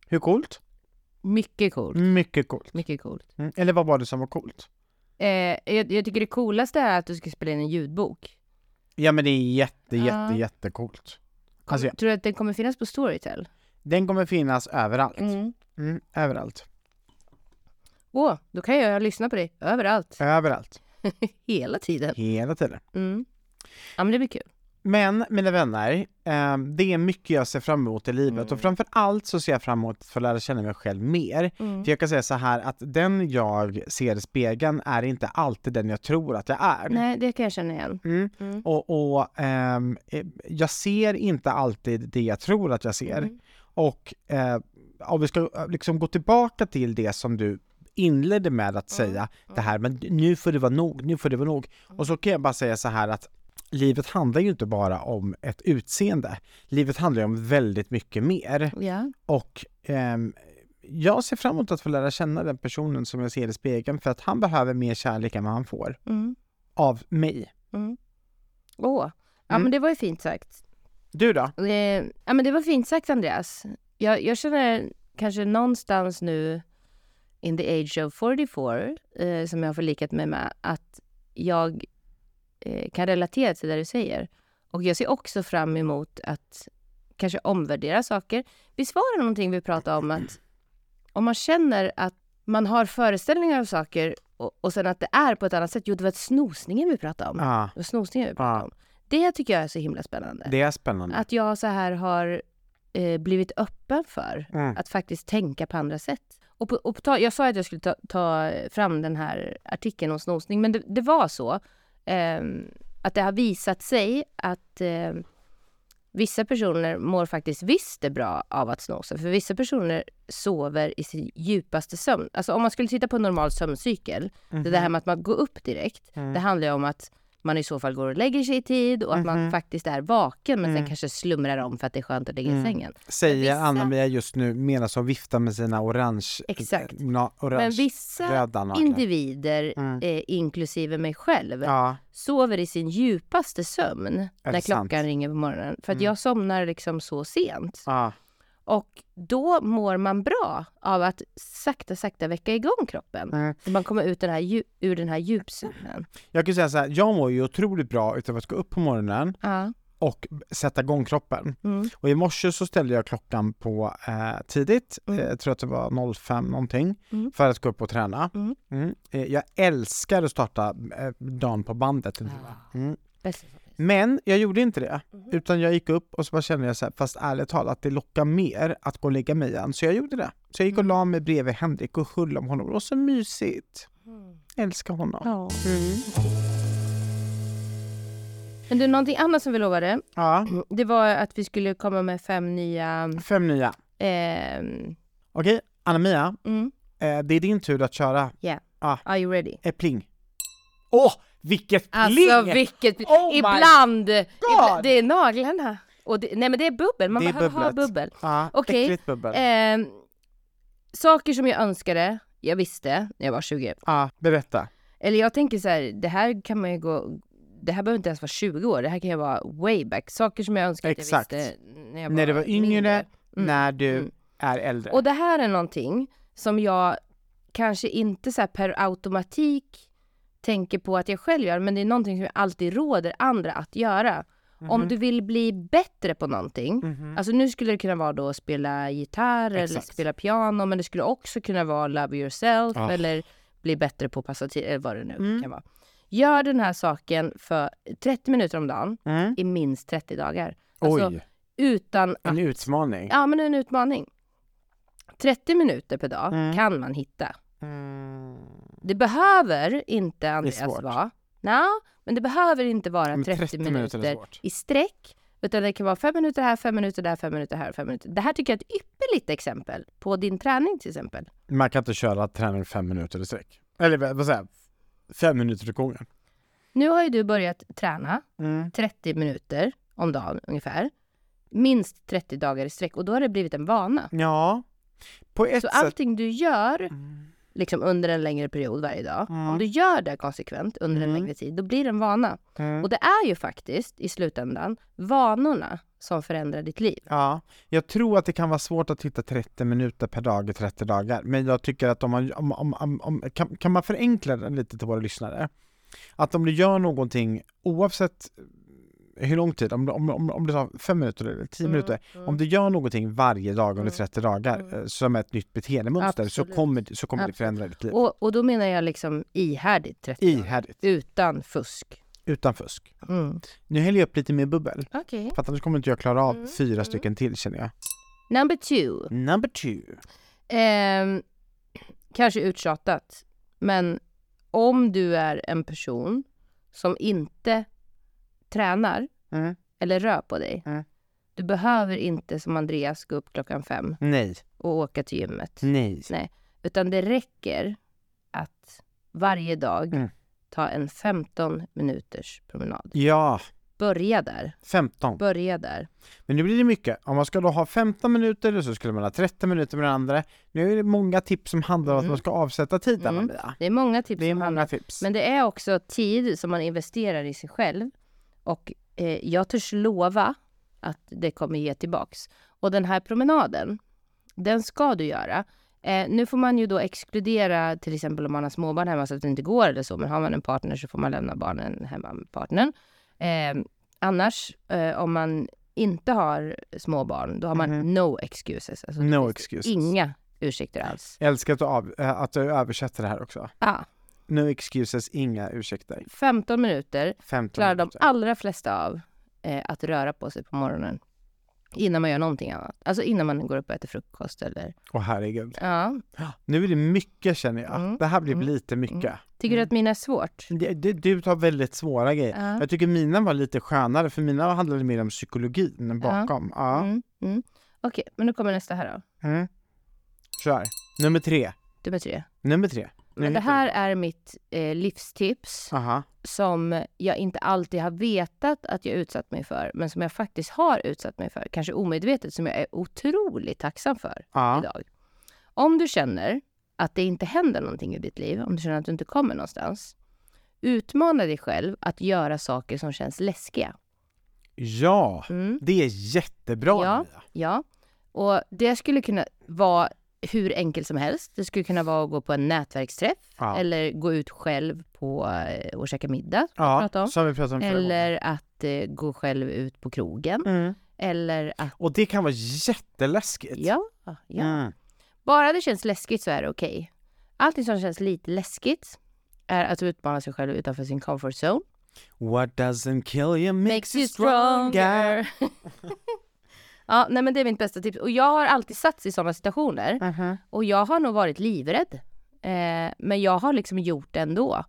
Speaker 2: Hur coolt?
Speaker 1: Mycket
Speaker 2: Mm.
Speaker 1: coolt.
Speaker 2: Mycket coolt.
Speaker 1: Mycket coolt.
Speaker 2: Mm. Eller vad var det som var coolt?
Speaker 1: Eh, jag, jag tycker det coolaste är att du ska spela in en ljudbok.
Speaker 2: Ja men det är jätte, jätte,
Speaker 1: Ja.
Speaker 2: jättecoolt. Alltså, jag-
Speaker 1: Tror du att den kommer finnas på Storytel?
Speaker 2: den kommer finnas överallt.
Speaker 1: Mm.
Speaker 2: Mm, överallt.
Speaker 1: Åh, då kan jag lyssna på dig överallt.
Speaker 2: Överallt.
Speaker 1: Hela tiden.
Speaker 2: Hela tiden.
Speaker 1: Mm. Ja men det blir kul.
Speaker 2: Men mina vänner, eh, det är mycket jag ser fram emot i livet och framför allt så ser jag fram emot att få lära känna mig själv mer. För jag kan säga så här att den jag ser i spegeln är inte alltid den jag tror att jag är.
Speaker 1: Nej, det kan jag känna igen.
Speaker 2: Mm.
Speaker 1: Mm.
Speaker 2: Och, och ehm, eh, jag ser inte alltid det jag tror att jag ser. Och eh, om vi ska eh, liksom gå tillbaka till det som du inledde med att säga, det här men nu får det vara nog, nu får det vara nog. Och så kan jag bara säga så här att livet handlar ju inte bara om ett utseende. Livet handlar ju om väldigt mycket mer.
Speaker 1: Ja.
Speaker 2: Och ehm, jag ser fram emot att få lära känna den personen som jag ser i spegeln för att han behöver mer kärlek än vad han får
Speaker 1: Mm.
Speaker 2: av mig.
Speaker 1: Åh. Ja,
Speaker 2: Mm.
Speaker 1: men det var ju fint sagt.
Speaker 2: Du då?
Speaker 1: Eh, ja, men det var fint sagt, Andreas. Jag, jag känner kanske någonstans nu in the age of 44, eh, som jag har förlikat mig med, att jag eh, kan relatera till det du säger. Och jag ser också fram emot att kanske omvärdera saker. Visst var det någonting vi pratade om att om man känner att man har föreställningar av saker och, och sen att det är på ett annat sätt. Jo, det var snosningen vi pratade om.
Speaker 2: Ja,
Speaker 1: Det var snosningen vi pratade om. Det tycker jag är så himla spännande
Speaker 2: det är spännande.
Speaker 1: att jag så här har eh, blivit öppen för
Speaker 2: Mm.
Speaker 1: att faktiskt tänka på andra sätt. Och på, och på ta, jag sa att jag skulle ta, ta fram den här artikeln om snosning, men det, det var så ehm, att det har visat sig att ehm, vissa personer mår faktiskt visst det bra av att snosa, för vissa personer sover i sin djupaste sömn. Alltså om man skulle titta på en normal sömncykel, det där här med att man går upp direkt, det handlar ju om att man i så fall går och lägger sig i tid och att
Speaker 2: Mhm.
Speaker 1: man faktiskt är vaken men
Speaker 2: Mm.
Speaker 1: sen kanske slumrar om för att det är skönt att ligga i sängen.
Speaker 2: Säger
Speaker 1: vissa-
Speaker 2: Anna-Maria just nu medan hon viftar med sina orange...
Speaker 1: Exakt.
Speaker 2: eh, na- orange
Speaker 1: Men vissa
Speaker 2: röda naglar.
Speaker 1: individer, eh, inklusive mig själv,
Speaker 2: Mm. Ja,
Speaker 1: sover i sin djupaste sömn när klockan
Speaker 2: det sant? Mm.
Speaker 1: ringer på morgonen. För att jag somnar liksom så sent.
Speaker 2: ja.
Speaker 1: Och då mår man bra av att sakta, sakta väcka igång kroppen.
Speaker 2: Mm.
Speaker 1: Så man kommer ut den här, dju- ur den här djupsömnen.
Speaker 2: Jag kan säga så här, jag mår ju otroligt bra utav att gå upp på morgonen
Speaker 1: Ja.
Speaker 2: och sätta igång kroppen.
Speaker 1: Mm.
Speaker 2: Och i morse så ställde jag klockan på eh, tidigt, eh, jag tror att det var 05 någonting,
Speaker 1: Mm.
Speaker 2: för att gå upp och träna.
Speaker 1: Mm.
Speaker 2: Eh, jag älskar att starta eh, dagen på bandet.
Speaker 1: Ah.
Speaker 2: Mm.
Speaker 1: Bäst.
Speaker 2: Men jag gjorde inte det,
Speaker 1: Mhm.
Speaker 2: utan jag gick upp och så bara kände jag så här, fast ärligt talat, det lockar mer att gå och lägga mig igen. Så jag gjorde det. Så jag gick
Speaker 1: Mm.
Speaker 2: och la mig bredvid Henrik och höll om honom. Det var så mysigt. Älskar honom. Ja.
Speaker 1: Mm.
Speaker 2: Mm.
Speaker 1: Ja. Men du, någonting annat som vi lovade, det var att vi skulle komma med fem nya...
Speaker 2: Fem nya.
Speaker 1: ehm,
Speaker 2: Okej, Anna-Mia,
Speaker 1: mm,
Speaker 2: eh, det är din tur att köra.
Speaker 1: yeah.
Speaker 2: Ah.
Speaker 1: Are you ready?
Speaker 2: Eh, pling. Åh, vilket pling!
Speaker 1: Alltså vilket...
Speaker 2: Oh my
Speaker 1: ibland,
Speaker 2: God!
Speaker 1: ibland! Det är naglarna. Och det, nej men det är bubbel, man
Speaker 2: Det är
Speaker 1: behöver ha
Speaker 2: bubblet.
Speaker 1: bubbel.
Speaker 2: Ja,
Speaker 1: Okej.
Speaker 2: äckligt bubbel.
Speaker 1: Ehm, saker som jag önskade, jag visste när jag var 20.
Speaker 2: Ja, berätta.
Speaker 1: Eller jag tänker så här, det här kan man ju gå... Det här behöver inte ens vara 20 år, det här kan ju vara way back. Saker som jag önskade att jag
Speaker 2: Exakt.
Speaker 1: visste när jag var
Speaker 2: När du var yngre,
Speaker 1: mindre. Mm.
Speaker 2: när du
Speaker 1: mm.
Speaker 2: är äldre.
Speaker 1: Och det här är någonting som jag kanske inte så här per automatik tänker på att jag själv gör, men det är någonting som jag alltid råder andra att göra.
Speaker 2: Mhm.
Speaker 1: Om du vill bli bättre på någonting,
Speaker 2: Mm.
Speaker 1: alltså nu skulle det kunna vara då att spela gitarr eller
Speaker 2: Exakt.
Speaker 1: spela piano, men det skulle också kunna vara love yourself
Speaker 2: Ah. Mm.
Speaker 1: eller bli bättre på att passa tid, eller vad det nu kan vara. Gör den här saken för 30 minuter om dagen
Speaker 2: Mm.
Speaker 1: i minst 30 dagar.
Speaker 2: Oj,
Speaker 1: Alltså utan
Speaker 2: en
Speaker 1: att
Speaker 2: utmaning.
Speaker 1: Ja, men en utmaning. 30 minuter per dag
Speaker 2: Mm.
Speaker 1: kan man hitta. Det behöver inte, Andreas,
Speaker 2: svårt.
Speaker 1: vara... Nå, men det behöver inte vara
Speaker 2: Men
Speaker 1: 30,
Speaker 2: 30 minuter
Speaker 1: minuter,
Speaker 2: är svårt.
Speaker 1: i sträck. Utan det kan vara fem minuter här, fem minuter där, fem minuter här, fem minuter. Det här tycker jag är ett ypperligt exempel på din träning till exempel.
Speaker 2: Man kan inte köra träning fem minuter i sträck. Eller vad vad säger jag? Fem minuter i gången.
Speaker 1: Nu har ju du börjat träna
Speaker 2: Mm.
Speaker 1: 30 minuter om dagen ungefär. Minst 30 dagar i sträck och då har det blivit en vana.
Speaker 2: Ja, på ett
Speaker 1: Så
Speaker 2: sätt. Mm.
Speaker 1: allting du gör liksom under en längre period varje dag, om du gör det konsekvent under en längre tid, då blir det en vana.
Speaker 2: Mm.
Speaker 1: Och det är ju faktiskt i slutändan vanorna som förändrar ditt liv.
Speaker 2: Ja, jag tror att det kan vara svårt att hitta 30 minuter per dag i 30 dagar, men jag tycker att om man, om, om, om, om, kan, kan man förenkla den lite till våra lyssnare? Att om du gör någonting, oavsett hur lång tid, om, om, om, om det tar 5 minuter eller
Speaker 1: Mm,
Speaker 2: 10 minuter, om du gör någonting varje dag under 30 dagar eh, som ett nytt beteendemönster så
Speaker 1: Mm. Absolut.
Speaker 2: kommer, det- så kommer det förändra ditt liv.
Speaker 1: Och, och då menar jag liksom ihärdigt 30 dagar.
Speaker 2: Ihärdigt,
Speaker 1: Utan fusk.
Speaker 2: utan fusk.
Speaker 1: Mm.
Speaker 2: Nu häller jag upp lite mer bubbel,
Speaker 1: Okej.
Speaker 2: för att annars kommer inte jag klara av fyra stycken till känner jag.
Speaker 1: Mm. Number two.
Speaker 2: Number two.
Speaker 1: Ehm, kanske uttjatat, men om du är en person som inte tränar
Speaker 2: Mm.
Speaker 1: eller rör på dig.
Speaker 2: Mm.
Speaker 1: Du behöver inte som Andreas gå upp klockan fem
Speaker 2: Nej,
Speaker 1: och åka till
Speaker 2: Mm.
Speaker 1: gymmet.
Speaker 2: nej.
Speaker 1: Utan det räcker att varje dag
Speaker 2: Mm.
Speaker 1: Ta en 15 minuters promenad.
Speaker 2: Ja,
Speaker 1: Börja där.
Speaker 2: 15.
Speaker 1: Börja där.
Speaker 2: Men nu blir det mycket. Om man ska då ha 15 minuter så skulle man ha 30 minuter med den andra. Nu är det många tips som handlar om att man ska avsätta tid där,
Speaker 1: Mm.
Speaker 2: Maria.
Speaker 1: Det är många tips
Speaker 2: Det är
Speaker 1: som handlar-
Speaker 2: många tips.
Speaker 1: Men det är också tid som man investerar i sig själv. Och eh, jag törs lova att det kommer ge tillbaks. Och den här promenaden, den ska du göra. Eh, nu får man ju då exkludera till exempel om man har småbarn hemma så att det inte går eller så. Men har man en partner så får man lämna barnen hemma med partnern. Eh, annars, eh, om man inte har småbarn, då har man no excuses. Alltså, det
Speaker 2: Mhm. No
Speaker 1: finns
Speaker 2: excuses.
Speaker 1: Inga ursäkter alls.
Speaker 2: Jag älskar att du, av, eh, att du översätter det här också.
Speaker 1: Ah,
Speaker 2: No excuses, inga ursäkter.
Speaker 1: 15 minuter
Speaker 2: 15
Speaker 1: klarar de
Speaker 2: minuter.
Speaker 1: allra flesta av eh, att röra på sig på morgonen. Innan man gör någonting annat. Alltså innan man går upp och äter frukost eller...
Speaker 2: Åh herregud.
Speaker 1: Ja.
Speaker 2: Nu är det mycket känner jag.
Speaker 1: Mm.
Speaker 2: Det här blev
Speaker 1: Mm.
Speaker 2: lite mycket.
Speaker 1: Tycker du
Speaker 2: Mm.
Speaker 1: att mina är svårt?
Speaker 2: Det, det, du tar väldigt svåra grejer.
Speaker 1: Ja.
Speaker 2: Jag tycker mina var lite skönare, för mina handlade mer om psykologin bakom. Ja.
Speaker 1: Mm, mm. Okej, men nu kommer nästa här då.
Speaker 2: Mm. Kör. Nummer tre.
Speaker 1: Nummer tre.
Speaker 2: Nummer tre. Nu
Speaker 1: det
Speaker 2: hittar
Speaker 1: här är mitt eh, livstips
Speaker 2: du. Aha.
Speaker 1: som jag inte alltid har vetat att jag utsatt mig för, men som jag faktiskt har utsatt mig för. Kanske omedvetet, som jag är otroligt tacksam för.
Speaker 2: Ja.
Speaker 1: idag. Om du känner att det inte händer någonting i ditt liv, om du känner att du inte kommer någonstans, utmana dig själv att göra saker som känns läskiga.
Speaker 2: ja.
Speaker 1: Mm,
Speaker 2: Det är jättebra
Speaker 1: Ja.
Speaker 2: Maria.
Speaker 1: ja, och det skulle kunna vara hur enkelt som helst. Det skulle kunna vara att gå på en nätverksträff
Speaker 2: Ja.
Speaker 1: eller gå ut själv på, eh, och käka middag, som vi
Speaker 2: Ja,
Speaker 1: pratade om.
Speaker 2: som vi pratade om förra gången.
Speaker 1: Eller att eh, gå själv ut på krogen.
Speaker 2: Mm.
Speaker 1: Eller att...
Speaker 2: Och det kan vara jätteläskigt.
Speaker 1: Ja, ja.
Speaker 2: Mm.
Speaker 1: Bara det känns läskigt så är det okej. Allting som känns lite läskigt är att utmana sig själv utanför sin comfort zone.
Speaker 2: What doesn't kill you makes, you stronger.
Speaker 1: (laughs) ja, nej men det är mitt bästa tips. Och jag har alltid satts i sådana situationer.
Speaker 2: Uh-huh.
Speaker 1: Och jag har nog varit livrädd. Eh, men jag har liksom gjort det ändå.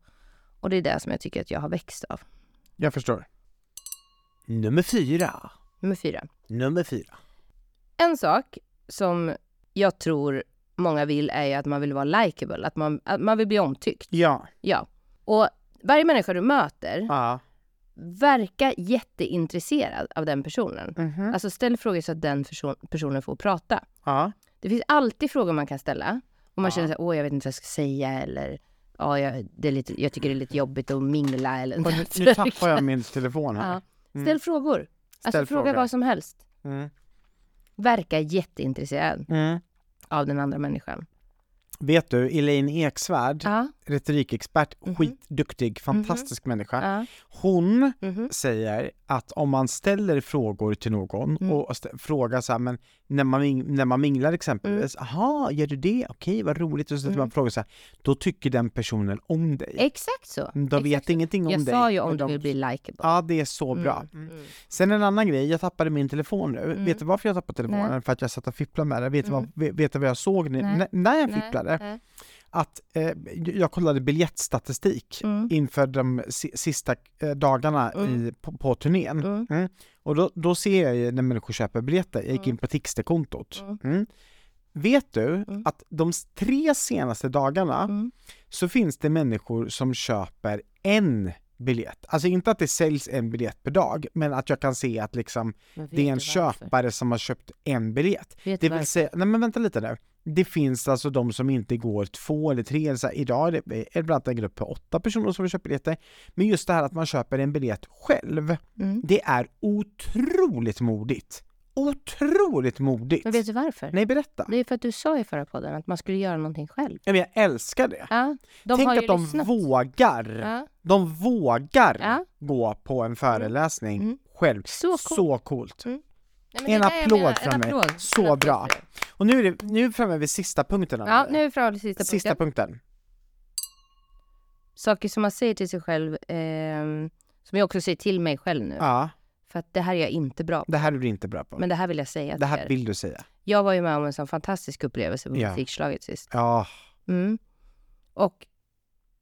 Speaker 1: Och det är det som jag tycker att jag har växt av.
Speaker 2: Jag förstår. Nummer fyra.
Speaker 1: Nummer fyra.
Speaker 2: Nummer fyra.
Speaker 1: En sak som jag tror många vill är ju att man vill vara likable. Att man, att man vill bli omtyckt.
Speaker 2: Ja.
Speaker 1: Ja. Och varje människa du möter
Speaker 2: Ja.
Speaker 1: verka jätteintresserad av den personen. Alltså ställ frågor så att den perso- personen får prata.
Speaker 2: Ja.
Speaker 1: Det finns alltid frågor man kan ställa. Om man känner så här, åh jag vet inte vad jag ska säga eller ja, jag, det är lite, jag tycker det är lite jobbigt att mingla eller (laughs)
Speaker 2: Och nu, nu tappar jag min telefon här.
Speaker 1: ja. Ställ frågor. Alltså
Speaker 2: Ställ
Speaker 1: fråga
Speaker 2: frågor.
Speaker 1: vad som helst.
Speaker 2: Mm.
Speaker 1: Verka jätteintresserad
Speaker 2: Mm.
Speaker 1: av den andra människan.
Speaker 2: Vet du, Elaine Eksvärd,
Speaker 1: Ja, Mhm.
Speaker 2: retorikexpert, skitduktig, fantastisk människa.
Speaker 1: ja,
Speaker 2: Hon
Speaker 1: mhm,
Speaker 2: säger att om man ställer frågor till någon
Speaker 1: Mm.
Speaker 2: och stä- frågar så här, men när man, ming- när man minglar exempelvis,
Speaker 1: Mm.
Speaker 2: aha, gör du det? Okej, vad roligt. Och så ställer man frågor så här, då tycker den personen om dig.
Speaker 1: Exakt så.
Speaker 2: De vet
Speaker 1: Exakt så.
Speaker 2: ingenting om
Speaker 1: Jag
Speaker 2: dig.
Speaker 1: sa ju om
Speaker 2: men
Speaker 1: du
Speaker 2: de-
Speaker 1: vill bli likeable.
Speaker 2: Ja, det är så bra. Mm. Sen en annan grej, jag tappade min telefon nu.
Speaker 1: Mm.
Speaker 2: Vet du varför jag tappade telefonen? För att jag satt och fipplade med den. Vet, du vad, vet du vad jag såg nu,
Speaker 1: Nej.
Speaker 2: n- när jag
Speaker 1: Nej,
Speaker 2: fipplade?
Speaker 1: nej.
Speaker 2: Att eh, jag kollade biljettstatistik
Speaker 1: Mm.
Speaker 2: inför de si- sista eh, dagarna i, på, på turnén.
Speaker 1: Mm.
Speaker 2: Mm. Och då, då ser jag ju när människor köper biljetter, jag gick in på Tixter-kontot. Mm. Vet du att de s- tre senaste dagarna så finns det människor som köper en biljett. Alltså inte att det säljs en biljett per dag, men att jag kan se att liksom
Speaker 1: Men vet
Speaker 2: det är
Speaker 1: du
Speaker 2: en
Speaker 1: varför?
Speaker 2: köpare som har köpt en biljett.
Speaker 1: Vet
Speaker 2: det
Speaker 1: du
Speaker 2: vill
Speaker 1: varför?
Speaker 2: säga, nej men vänta lite nu. Det finns alltså de som inte går två eller tre, eller så här, idag är det är det bland annat en grupp på åtta personer som köper biljetter. Men just det här att man köper en biljett själv,
Speaker 1: Mm.
Speaker 2: det är otroligt modigt. Otroligt modigt!
Speaker 1: Men vet du varför?
Speaker 2: Nej, berätta.
Speaker 1: Det är för att du sa i förra podden att man skulle göra någonting själv.
Speaker 2: Nej, men jag älskar det.
Speaker 1: Ja, de
Speaker 2: Tänk
Speaker 1: har ju
Speaker 2: att de
Speaker 1: lyssnat.
Speaker 2: vågar.
Speaker 1: Ja.
Speaker 2: De vågar
Speaker 1: Ja. Mm.
Speaker 2: gå på en föreläsning själv.
Speaker 1: Så coolt. Mm.
Speaker 2: coolt.
Speaker 1: Nej, men det
Speaker 2: En
Speaker 1: är det jag menar.
Speaker 2: applåd från mig.
Speaker 1: applåd. En
Speaker 2: Så
Speaker 1: applåd
Speaker 2: bra.
Speaker 1: för det.
Speaker 2: Och nu är, det, nu är vi framme vid sista punkten. Anna.
Speaker 1: Ja, nu är vi framme vid sista,
Speaker 2: sista
Speaker 1: punkten.
Speaker 2: punkten.
Speaker 1: Saker som man säger till sig själv, ehm, som jag också säger till mig själv nu.
Speaker 2: Ja,
Speaker 1: För att det här är jag inte bra på.
Speaker 2: det här är du inte bra på.
Speaker 1: Men det här vill jag säga
Speaker 2: det
Speaker 1: till
Speaker 2: här
Speaker 1: er.
Speaker 2: vill du säga.
Speaker 1: Jag var ju med om en sån fantastisk upplevelse på
Speaker 2: Ja.
Speaker 1: musikslaget sist.
Speaker 2: Ja,
Speaker 1: Mm. Och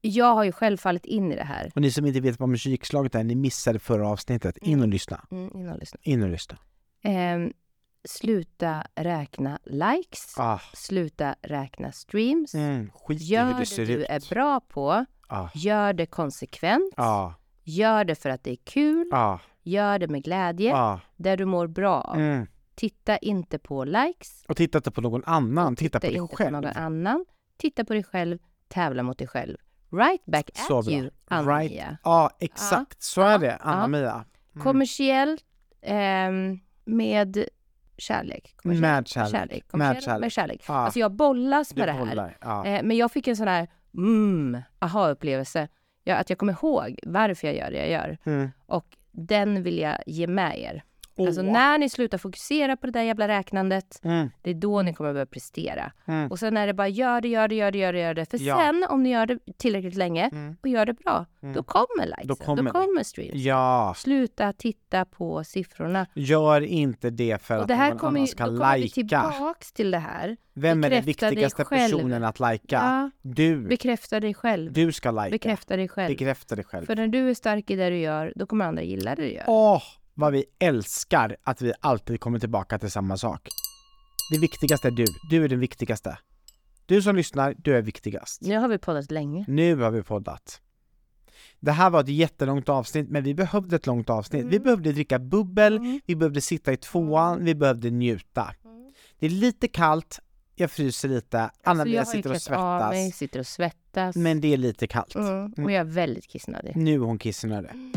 Speaker 1: jag har ju själv fallit in i det här.
Speaker 2: och ni som inte vet vad musikslaget är, ni missade förra avsnittet. In och lyssna.
Speaker 1: Mm, innan jag lyssnar.
Speaker 2: In och lyssna.
Speaker 1: Ehm, sluta räkna likes.
Speaker 2: Ah.
Speaker 1: Sluta räkna streams.
Speaker 2: Mm, skit i hur
Speaker 1: Gör
Speaker 2: det
Speaker 1: det
Speaker 2: ser
Speaker 1: du
Speaker 2: ut. Ah.
Speaker 1: är bra på
Speaker 2: Ja.
Speaker 1: Gör det konsekvent.
Speaker 2: Ja.
Speaker 1: Gör det för att det är kul.
Speaker 2: Ja.
Speaker 1: Gör det med glädje.
Speaker 2: Ja.
Speaker 1: Där du mår bra av.
Speaker 2: Mm.
Speaker 1: Titta inte på likes.
Speaker 2: Och titta inte på någon annan, titta på
Speaker 1: Titta
Speaker 2: dig
Speaker 1: inte på
Speaker 2: själv.
Speaker 1: någon annan. Titta på dig själv. Tävla mot dig själv. Right back at
Speaker 2: Så bra.
Speaker 1: you, Anna
Speaker 2: Right.
Speaker 1: Mia.
Speaker 2: Ja, exakt. Så är det,
Speaker 1: Ja.
Speaker 2: Anna-Mia.
Speaker 1: Kommersiell ehm, med kärlek. Kommersiell.
Speaker 2: Med kärlek.
Speaker 1: Kommersiell
Speaker 2: Med kärlek.
Speaker 1: Med kärlek.
Speaker 2: Ja.
Speaker 1: Alltså jag bollas med det här.
Speaker 2: bollar, ja.
Speaker 1: Eh, men jag fick en sån här mm, aha-upplevelse. Ja, att jag kommer ihåg varför jag gör det jag gör.
Speaker 2: Mm.
Speaker 1: Och den vill jag ge med er. Alltså när ni slutar fokusera på det där jävla räknandet,
Speaker 2: Mm.
Speaker 1: det är då ni kommer börja prestera. Och sen är det bara gör det, gör det, gör det, gör det, gör det. För
Speaker 2: Ja. Mm.
Speaker 1: sen om ni gör det tillräckligt länge och gör det bra, då kommer likes,
Speaker 2: Då
Speaker 1: då
Speaker 2: kommer
Speaker 1: kommer,
Speaker 2: det.
Speaker 1: streams.
Speaker 2: Ja,
Speaker 1: Sluta titta på siffrorna.
Speaker 2: gör inte det för
Speaker 1: Och
Speaker 2: att
Speaker 1: det här
Speaker 2: någon
Speaker 1: kommer, ju-
Speaker 2: annan
Speaker 1: då
Speaker 2: ska
Speaker 1: kommer vi
Speaker 2: lajka.
Speaker 1: tillbaks till det här.
Speaker 2: Vem är den
Speaker 1: Bekräfta dig
Speaker 2: viktigaste
Speaker 1: själv.
Speaker 2: personen att lajka?
Speaker 1: Ja.
Speaker 2: Du.
Speaker 1: Bekräfta dig själv.
Speaker 2: Du ska lajka.
Speaker 1: Bekräfta dig själv.
Speaker 2: Bekräfta dig själv.
Speaker 1: För när du är stark i det du gör, då kommer andra gilla det du gör.
Speaker 2: Åh, vad vi älskar att vi alltid kommer tillbaka till samma sak. Det viktigaste är du. Du är den viktigaste. Du som lyssnar, du är viktigast.
Speaker 1: Nu har vi poddat länge.
Speaker 2: Nu har vi poddat. Det här var ett jättelångt avsnitt, men vi behövde ett långt avsnitt.
Speaker 1: Mm.
Speaker 2: Vi behövde dricka bubbel, vi behövde sitta i tvåan, vi behövde njuta.
Speaker 1: Mm.
Speaker 2: Det är lite kallt, jag fryser lite,
Speaker 1: Så Alltså, jag
Speaker 2: Anna-Mia
Speaker 1: har ju
Speaker 2: sitter och
Speaker 1: klätt av mig,
Speaker 2: svettas.
Speaker 1: sitter och svettas.
Speaker 2: Men det är lite kallt.
Speaker 1: mm. Och jag är väldigt kissnödig.
Speaker 2: Nu är hon kissnödig.